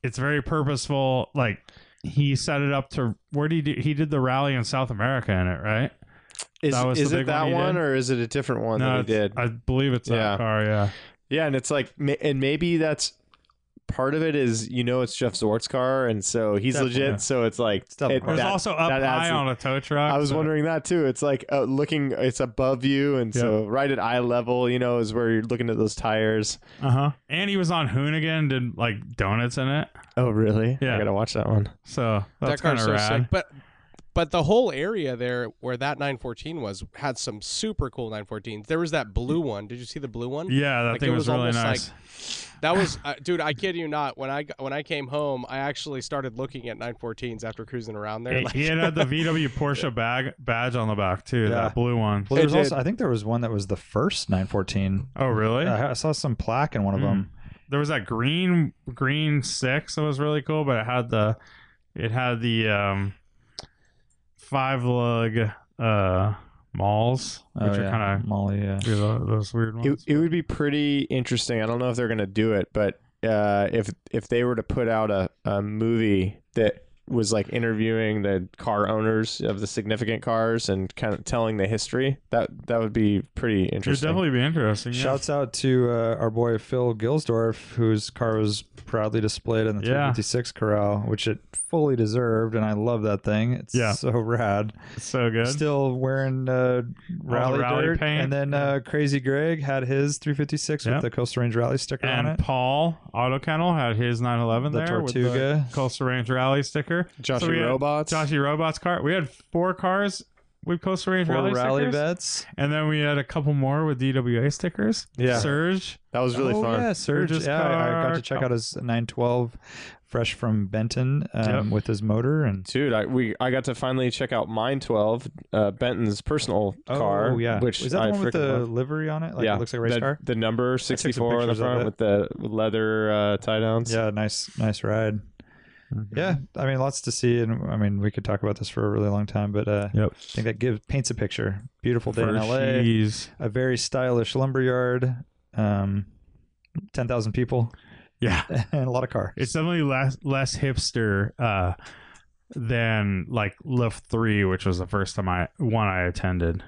it's very purposeful. Like he set it up to where did he do? He did the rally in South America in it, right?
Is,
That was
is
the
it
big
that
one
one,
he did?
or is it a different one that he
it's-
did?
I believe it's that
Yeah.
car. Yeah,
yeah, and it's like, ma- and maybe that's part of it is you know it's Jeff Zort's car, and so he's
Definitely.
legit. So it's like
definitely.
it-
it was
that-
also up
that
high
adds it.
on a tow truck.
I was
so-
wondering that too. It's like uh, looking, it's above you, and so right at eye level, you know, is where you're looking at those tires.
Uh huh. And he was on Hoonigan, did like donuts in it.
Oh, really?
Yeah.
I gotta watch that one.
So that's
that
kind
car's
of
so
rad.
sick. But but the whole area there where that 914 was had some super cool 914s. There was that blue one. Did you see the blue one?
yeah, that
Like,
thing
it
was,
was
really
almost
nice.
That was, uh, dude. I kid you not. When I got- when I came home, I actually started looking at 914s after cruising around there.
It-
Like,
he had, had the VW Porsche bag badge on the back too.
Yeah.
That blue one.
Well, there
It
was
did.
also, I think there was one that was the first 914.
Oh, really?
I, I saw some plaque in one of
Hmm.
them.
There was that green green six that was really cool, but it had the it had the um five lug uh malls,
Oh,
which are
yeah.
kind of
Molly, yeah.
those weird ones.
It, it would be pretty interesting. I don't know if they're gonna do it, but uh, if if they were to put out a, a movie that was like interviewing the car owners of the significant cars and kind of telling the history. That that would be
It
pretty
would
interesting.
definitely be interesting. Yeah.
Shouts out to uh, our boy Phil Gilsdorf, whose car was proudly displayed in the
Yeah.
356 Corral, which it fully deserved, and I love that thing. It's
Yeah.
so rad.
so good.
Still wearing uh, rally,
rally
dirt,
paint.
and then uh, Crazy Greg had his 356
Yep.
with the Coastal Range Rally sticker on
and
it.
Paul Auto Kennel had his 911
The
there
Tortuga.
with the Coastal Range Rally sticker.
Joshy
So we had
Robots.
Joshy Robots car. We had four cars with Coastal Range
Four
Rally,
rally
stickers,
vets.
and then we had a couple more with DWA stickers.
Yeah.
Surge.
That was really
oh,
fun.
Yeah, Surge.
Surge's
yeah, I- I got
car.
to check out his 912 fresh from Benton um, with his motor and
Dude, I we I got to finally check out mine twelve, uh, Benton's personal car.
Oh, yeah.
which
Is that
I
the one with
freaking
the
love.
livery on it? Like
yeah,
it looks like a race
the,
car.
The number sixty four on the
pictures of
front
it.
with the leather uh, tie downs.
Yeah, nice, nice ride. Yeah, I mean, lots to see, and I mean, we could talk about this for a really long time, but uh,
Yep.
I think that gives paints a picture. Beautiful day in LA,
Hershey's.
a very stylish lumberyard, um, ten thousand people,
Yeah.
*laughs* and a lot of car.
It's definitely less less hipster uh, than like Lift Three, which was the first time I one I attended.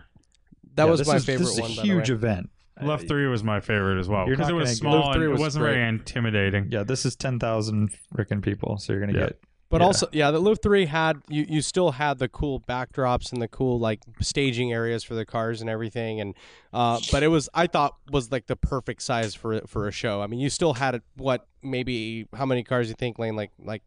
That
Yeah,
was
this
my
is-
favorite
This is a
one. by the way.
huge event.
Left Three was my favorite as well
You're
because
not
it was
gonna get-
small
Left Three
and
was
it wasn't very intimidating.
Yeah, this is ten thousand freaking people, so you're gonna
Yeah.
get
But
Yeah.
also, yeah, the Loop Three had you. You still had the cool backdrops and the cool like staging areas for the cars and everything. And uh, but it was I thought was like the perfect size for for a show. I mean, you still had what maybe how many cars you think Lane like like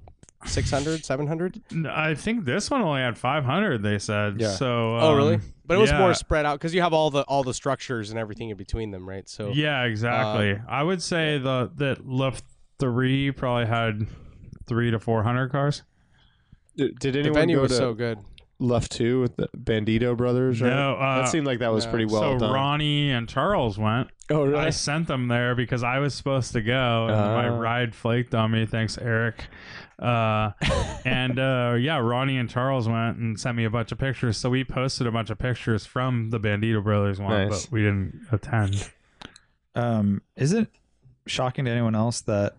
600,
Um,
700?
N- I think this one only had 500. They said.
Yeah.
So.
oh,
um,
really? But it was
yeah.
more spread out because you have all the all the structures and everything in between them, right? So
Yeah, exactly. I would say the that Lift Three probably had three to four hundred cars.
Did, did
the
anyone
venue
go
was
to
so good.
Left Two with the Bandito Brothers? Right?
No, uh,
that seemed like that was
no.
pretty well
so
done.
Ronnie and Charles went.
oh, really?
I sent them there because I was supposed to go, and my
Ah.
ride flaked on me. Thanks, Eric.
*laughs*
Uh, and uh, yeah, Ronnie and Charles went and sent me a bunch of pictures. So we posted a bunch of pictures from the Bandito Brothers one,
Nice.
but we didn't attend.
Um, is it shocking to anyone else that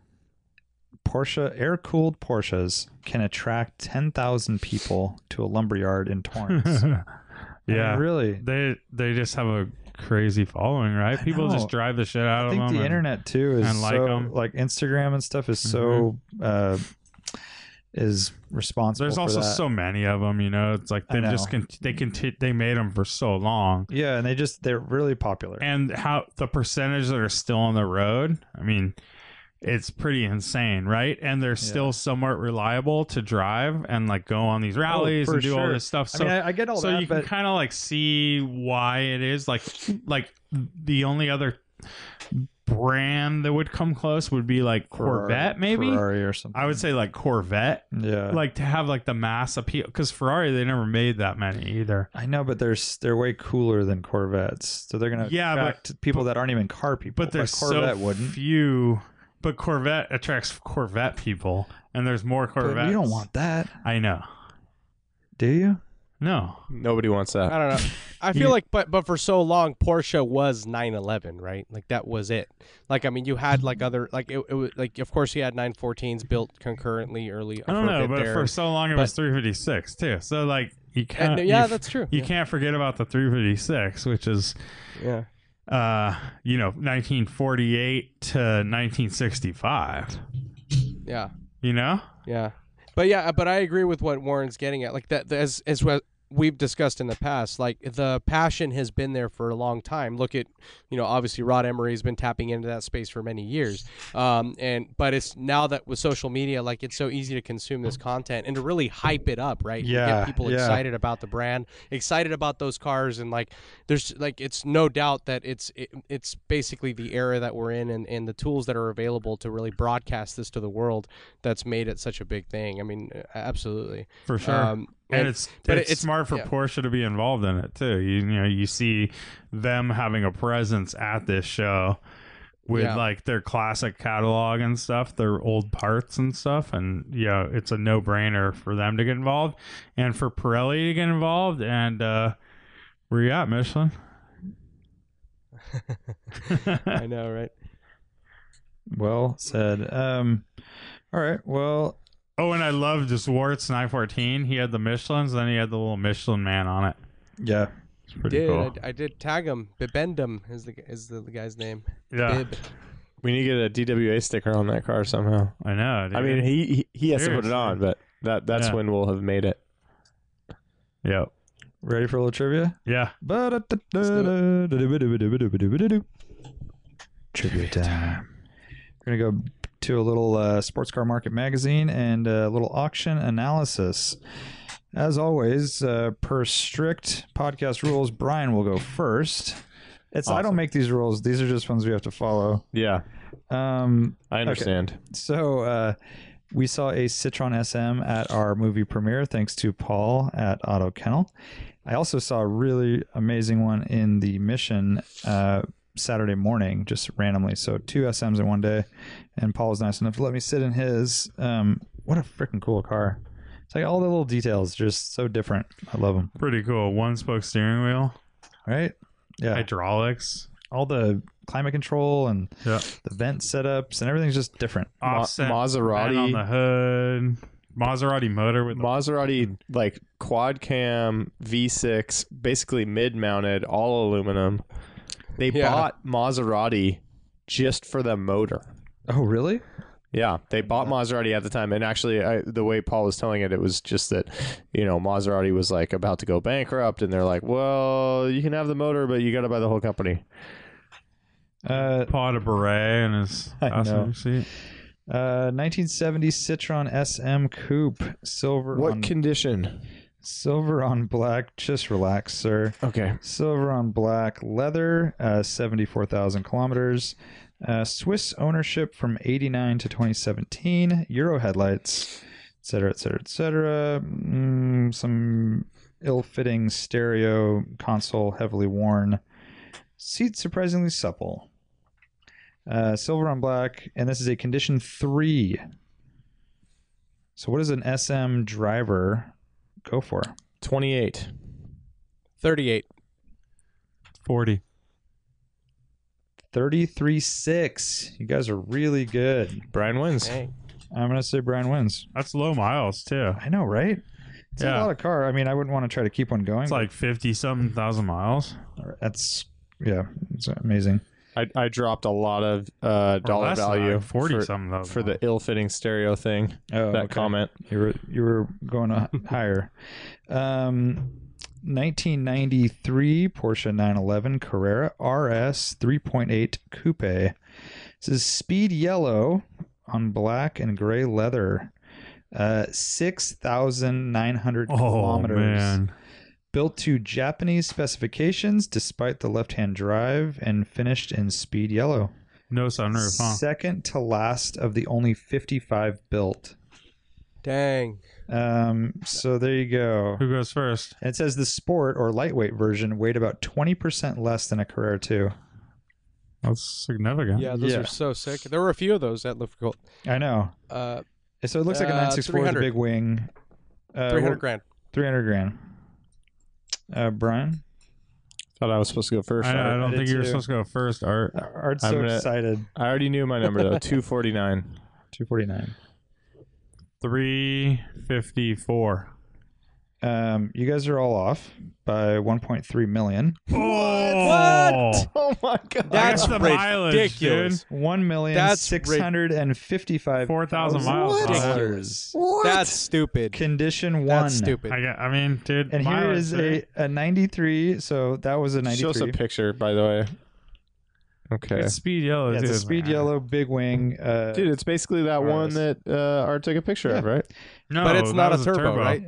Porsche air cooled Porsches can attract ten thousand people to a lumberyard in Torrance? I mean,
*laughs* yeah,
really.
they they just have a crazy following, right?
I
People
know.
just drive the shit out
I
of
think
them.
the
and-
internet too is
and like
so
'em.
like Instagram and stuff is so uh, is responsible.
There's
for
also
that.
so many of them, you know. It's like
I
they just
know.
con- they conti- they made them for so long.
yeah, and they just they're really popular.
and how the percentage that are still on the road i mean it's pretty insane right and they're still somewhat reliable to drive and like go on these rallies
Oh, for
and do all
sure.
this stuff
I
so
mean, I, I get all
so
that,
you can
but
kind of like see why it is like like the only other brand that would come close would be like
Ferrari-
corvette maybe
Ferrari or something.
i would say like corvette
yeah,
like to have like the mass appeal because ferrari they never made that many either
I know, but they're s- they're way cooler than Corvettes, so they're gonna
Yeah, but-
attract people that aren't even car people.
But there's
like Corvette
so
wouldn't.
few. But Corvette attracts Corvette people, and there's more Corvettes.
But we don't want that,
I know.
do you?
No.
Nobody wants that.
Uh,
I don't know.
*laughs*
I feel like, but but for so long, Porsche was 911, right? Like that was it. Like I mean, you had like other like it, it was like of course you had 914s built concurrently early.
I don't
for a
know.
bit
But
there.
for so long, it was 356 too. So like you
And-
can't.
yeah,
you,
that's true.
You
yeah.
can't forget about the 356, which is,
yeah.
uh, you know, 1948 to 1965.
Yeah.
You know.
Yeah, but yeah, but I agree with what Warren's getting at. Like that, as as what we've discussed in the past, like the passion has been there for a long time. Look at, you know, obviously Rod Emery has been tapping into that space for many years. Um, and but it's now that with social media, like it's so easy to consume this content and to really hype it up, right? And
Yeah,
get people
yeah.
excited about the brand, excited about those cars, and like there's like it's no doubt that it's it, it's basically the era that we're in and, and the tools that are available to really broadcast this to the world that's made it such a big thing. I mean, uh, absolutely.
For sure.
Um,
and it's
but
it's,
it's-
smart for
yeah.
Porsche to be involved in it too. You, you know, you see them having a presence at this show with
Yeah.
like their classic catalog and stuff, their old parts and stuff, and yeah, it's a no brainer for them to get involved and for Pirelli to get involved. And uh, where you at, Michelin?
*laughs* I know, right?
Well said. Um, all right. Well,
Oh, and I loved the Swartz 914. He had the Michelin's, then he had the little Michelin man on it.
Yeah.
It's pretty
Did
cool.
I, I did tag him? Bibendum is the is the, the guy's name.
yeah,
Bib.
We need to get a DWA sticker on that car somehow.
I know. Dude.
I mean, he he, he has to put
Seriously.
it on, but that that's
Yeah.
when we'll have made it.
yeah,
Ready for a little trivia?
yeah.
Trivia time. We're gonna go to a little uh, sports car market magazine and a little auction analysis. As always, uh, per strict podcast rules, Brian will go first. It's I don't
Awesome.
make these rules; these are just ones we have to follow.
Yeah,
Um,
I understand.
so uh, we saw a Citron SM at our movie premiere, thanks to Paul at Auto Kennel. I also saw a really amazing one in the Mission uh, Saturday morning, just randomly. So two SMs in one day, and Paul was nice enough to let me sit in his. Um, what a freaking cool car! It's like all the little details, just so different. I love them.
Pretty cool. One spoke steering wheel,
Right? Yeah.
hydraulics,
all the climate control and
Yeah.
the vent setups and everything's just different.
Ma-
offset, fan on the
Maserati,
hood, Maserati motor with the
Maserati like quad cam V6, basically mid mounted, all aluminum. They
Yeah.
bought Maserati just for the motor.
Oh, really?
Yeah, they bought Maserati at the time, and actually, I, the way Paul was telling it, it was just that, you know, Maserati was like about to go bankrupt, and they're like, "Well, you can have the motor, but you got to buy the whole company."
Uh,
Paul de beret and his
I
passenger
know.
seat.
Uh, 1970 Citron SM Coupe, silver on
What condition?
silver on black. Just relax, sir.
Okay,
Silver on black leather, uh, 74,000 kilometers. Uh, Swiss ownership from 89 to 2017. Euro headlights, et cetera, et cetera, et cetera. Mm, some ill-fitting stereo console, heavily worn. Seat surprisingly supple. Uh, silver on black, and this is a condition three. So, what does an SM driver go for?
twenty-eight.
Thirty-eight.
40.
33-6. You guys are really good.
Brian wins.
Dang.
I'm gonna say Brian wins.
That's low miles, too.
I know, right? It's
Yeah.
a lot of car. I mean, I wouldn't want to try to keep one going.
It's like 50 something thousand miles.
but that's yeah, it's amazing.
I, I dropped a lot of uh,
Or
dollar
less than
value
that, 40
for,
something thousand.
for the
miles.
ill-fitting stereo thing.
Oh,
that
okay.
comment.
You were you were going uh, *laughs* higher. Um, 1993 Porsche 911 Carrera RS 3.8 Coupe. This is speed yellow on black and gray leather. Uh, 6,900
Oh,
kilometers.
man.
built to Japanese specifications despite the left hand drive and finished in speed yellow.
No sunroof, huh?
Second to last of the only 55 built.
Dang.
Um, so there you go.
Who goes first?
And it says the sport or lightweight version weighed about 20% less than a Carrera 2.
That's significant.
Yeah, those
Yeah.
are so sick. There were a few of those at Lufkin.
I know.
Uh,
So it looks like a
Uh,
964 with a
300.
big wing. Uh,
three hundred
what-
grand.
300 grand. Uh, Brian?
Thought I was supposed to go first.
I, know, I
I,
don't
did
think you were
too.
supposed to go first, Art.
Uh, Art's
I'm
so
gonna-
excited.
I already knew my number though. Two forty-nine.
249.
354.
Um, you guys are all off by 1.3 million.
Oh!
Oh my god.
That's
That's
the mileage,
ridiculous.
One million
That's
six hundred and fifty-five
Four thousand miles.
What?
on it.
dollars.
That's stupid.
Condition one.
That's stupid.
I, got- I mean, dude.
And here
mileage,
is
dude.
a, a ninety-three. So that was a
Show us a
ninety-three.
picture, by the way. Okay.
It's speed yellow.
Yeah,
too,
it's a speed
man.
yellow big wing. Uh,
Dude, it's basically that
Or
one
this.
that uh, Art took a picture of, right?
No,
but it's
that
not a
was
turbo, right?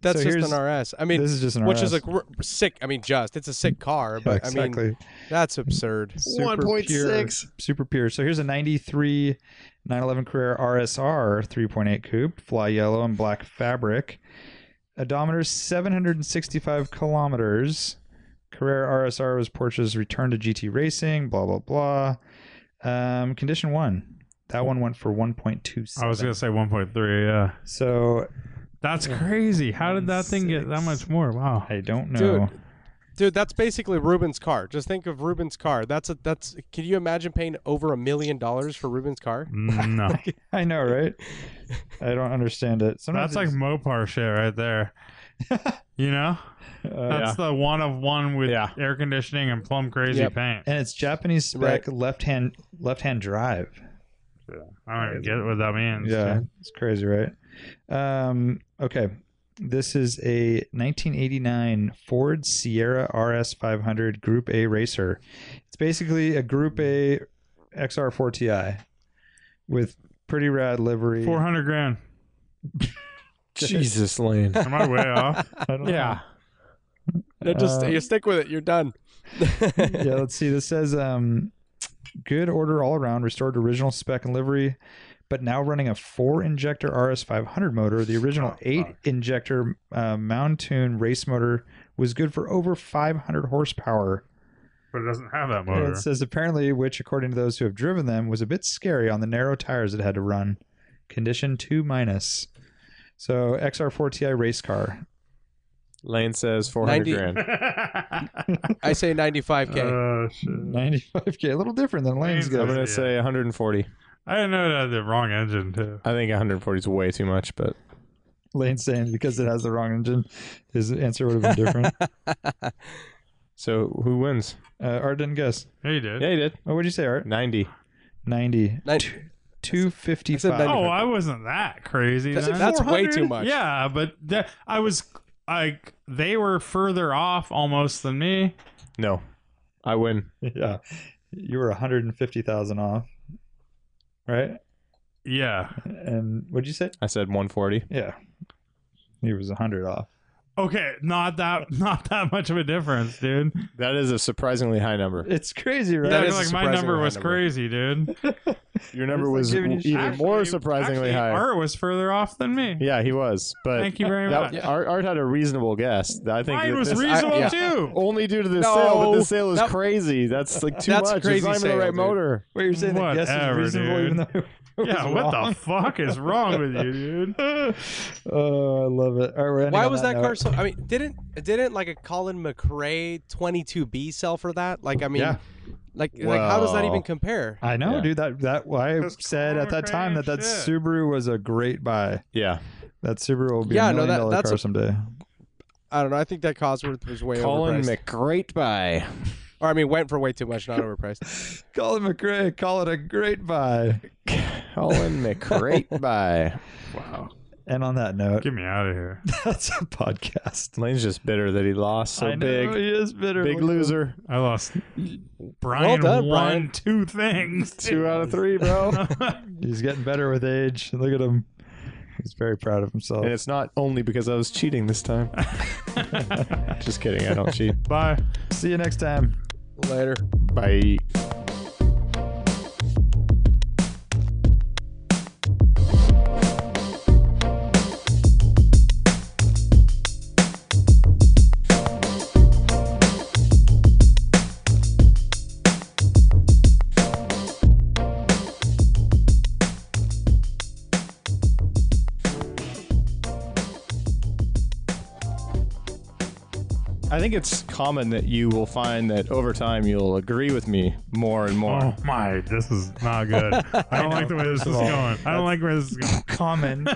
That's
So here's-
just an RS. I mean,
this is just an
which is
RS.
like r- sick. I mean, just it's a sick car,
Yeah,
but I
exactly
mean, that's absurd.
Super
1.6.
pure- super pure. So here's a ninety-three 911 Carrera RSR three point eight coupe, fly yellow and black fabric, odometer seven hundred and sixty-five kilometers. Carrera RSR was Porsche's return to GT racing. Blah blah blah. Um, condition one. That one went for one point two
I was
seven.
gonna say one point three. Yeah,
So
that's crazy. How did that thing get that much more? Wow.
*laughs* I don't know.
Dude, Dude, that's basically Ruben's car. Just think of Ruben's car. That's a that's. Can you imagine paying over a million dollars for Ruben's car?
*laughs*
No,
I know, right? I don't understand it. Sometimes
that's like Mopar shit right
*laughs*
there. You know,
it's, uh,
that's the one of one with
Yeah.
air conditioning and plum crazy
Yep.
paint.
and it's Japanese spec left hand left hand drive.
I don't even get what that means.
Yeah,
dude.
it's crazy, right? Um, okay, this is a 1989 Ford Sierra RS500 Group A racer. It's basically a Group A XR4Ti with pretty rad livery.
four hundred grand. *laughs*
Jesus, Lane.
Am I way off?
*laughs* I don't know.
No, just
Uh,
you stick with it. You're done.
*laughs* yeah, let's see. This says um, good order all around, restored to original spec and livery, but now running a four injector RS500 motor. The original eight injector uh, Mountoon race motor was good for over 500 horsepower.
but it doesn't have that
And
motor. *laughs*
It *laughs* says apparently, which according to those who have driven them, was a bit scary on the narrow tires it had to run. Condition two minus. So XR4Ti race car.
Lane says 400
*laughs*
90
grand.
I say 95k.
Oh, shit.
95k, a little different than Lane's.
Lane's
got.
I'm going
Yeah.
to say 140.
I didn't know it had the wrong engine too.
I think 140 is way too much, but
Lane's saying because it has the wrong engine, his answer would have been different.
so who wins?
Uh, Art didn't guess.
Yeah, you did.
Yeah, he did.
What would you say, Art?
90.
90.
Nin-
Two- 255.
I said
Oh, I wasn't that crazy.
That's-
then.
that's way
400?
too much.
Yeah, but that, I was like, they were further off almost than me.
No. I win.
*laughs* yeah. You were 150,000 off. Right?
Yeah.
And what'd you say?
I said 140.
Yeah. He was 100 off.
Okay, not that *laughs* not that much of a difference, dude.
That is a surprisingly high number.
It's crazy, right?
That
I
is
feel
a
like my
surprisingly
number
high
was
number.
crazy, dude.
Your number
It's like
was
giving you
w- even
Actually-
more surprisingly
actually,
high.
Art was further off than me.
yeah, he was. But
Thank you very
that,
much.
Art, Art had a reasonable guess. I think
Mine
that
was
this-
reasonable
*laughs*
yeah.
too.
only due to this
No.
sale, but this sale is
No.
crazy. That's like too
That's
much. It's
crazy
not even
sale,
the right
dude.
motor.
Wait, you're saying that guess
Whatever,
is reasonable
dude.
even though it *laughs* was
Yeah, what
wrong?
the fuck is wrong with
*laughs*
you, dude?
*laughs* Oh, I love it. All right, we're ending
Why
on
was that,
note.
car so? I mean, didn't didn't like a Colin McRae 22B sell for that? Like, I mean,
Yeah.
like like how does that
Well.
even compare?
I know,
Yeah.
dude. That that why I
That's
said at that time that that
crazy shit.
Subaru was a great buy.
Yeah.
That Subaru will be
Yeah,
a
no,
million
that-
dollar
that's
car
a-
someday.
I don't know. I think that Cosworth was way
Colin
overpriced.
McGreat by.
or I mean, went for way too much, not overpriced.
Colin McRae, call it a great buy.
Colin *laughs* McGreat by.
Wow.
And on that note,
Get me out of here.
*laughs* that's a podcast.
Lane's just bitter that he lost so
I know
big.
he is bitter.
Big
Look at
loser.
I lost. Brian
done,
won
Brian.
two things.
*laughs* Two out of three, *laughs* bro.
him. He's getting better with age. Look at him. He's very proud of himself.
and it's not only because I was cheating this *laughs* time. just kidding. I don't cheat.
Bye.
See you next time.
Later.
Bye. I think it's common that you will find that over time you'll agree with me more and more.
Oh my, this is not good. I don't like the way this is going. I don't like where this is going.
Common.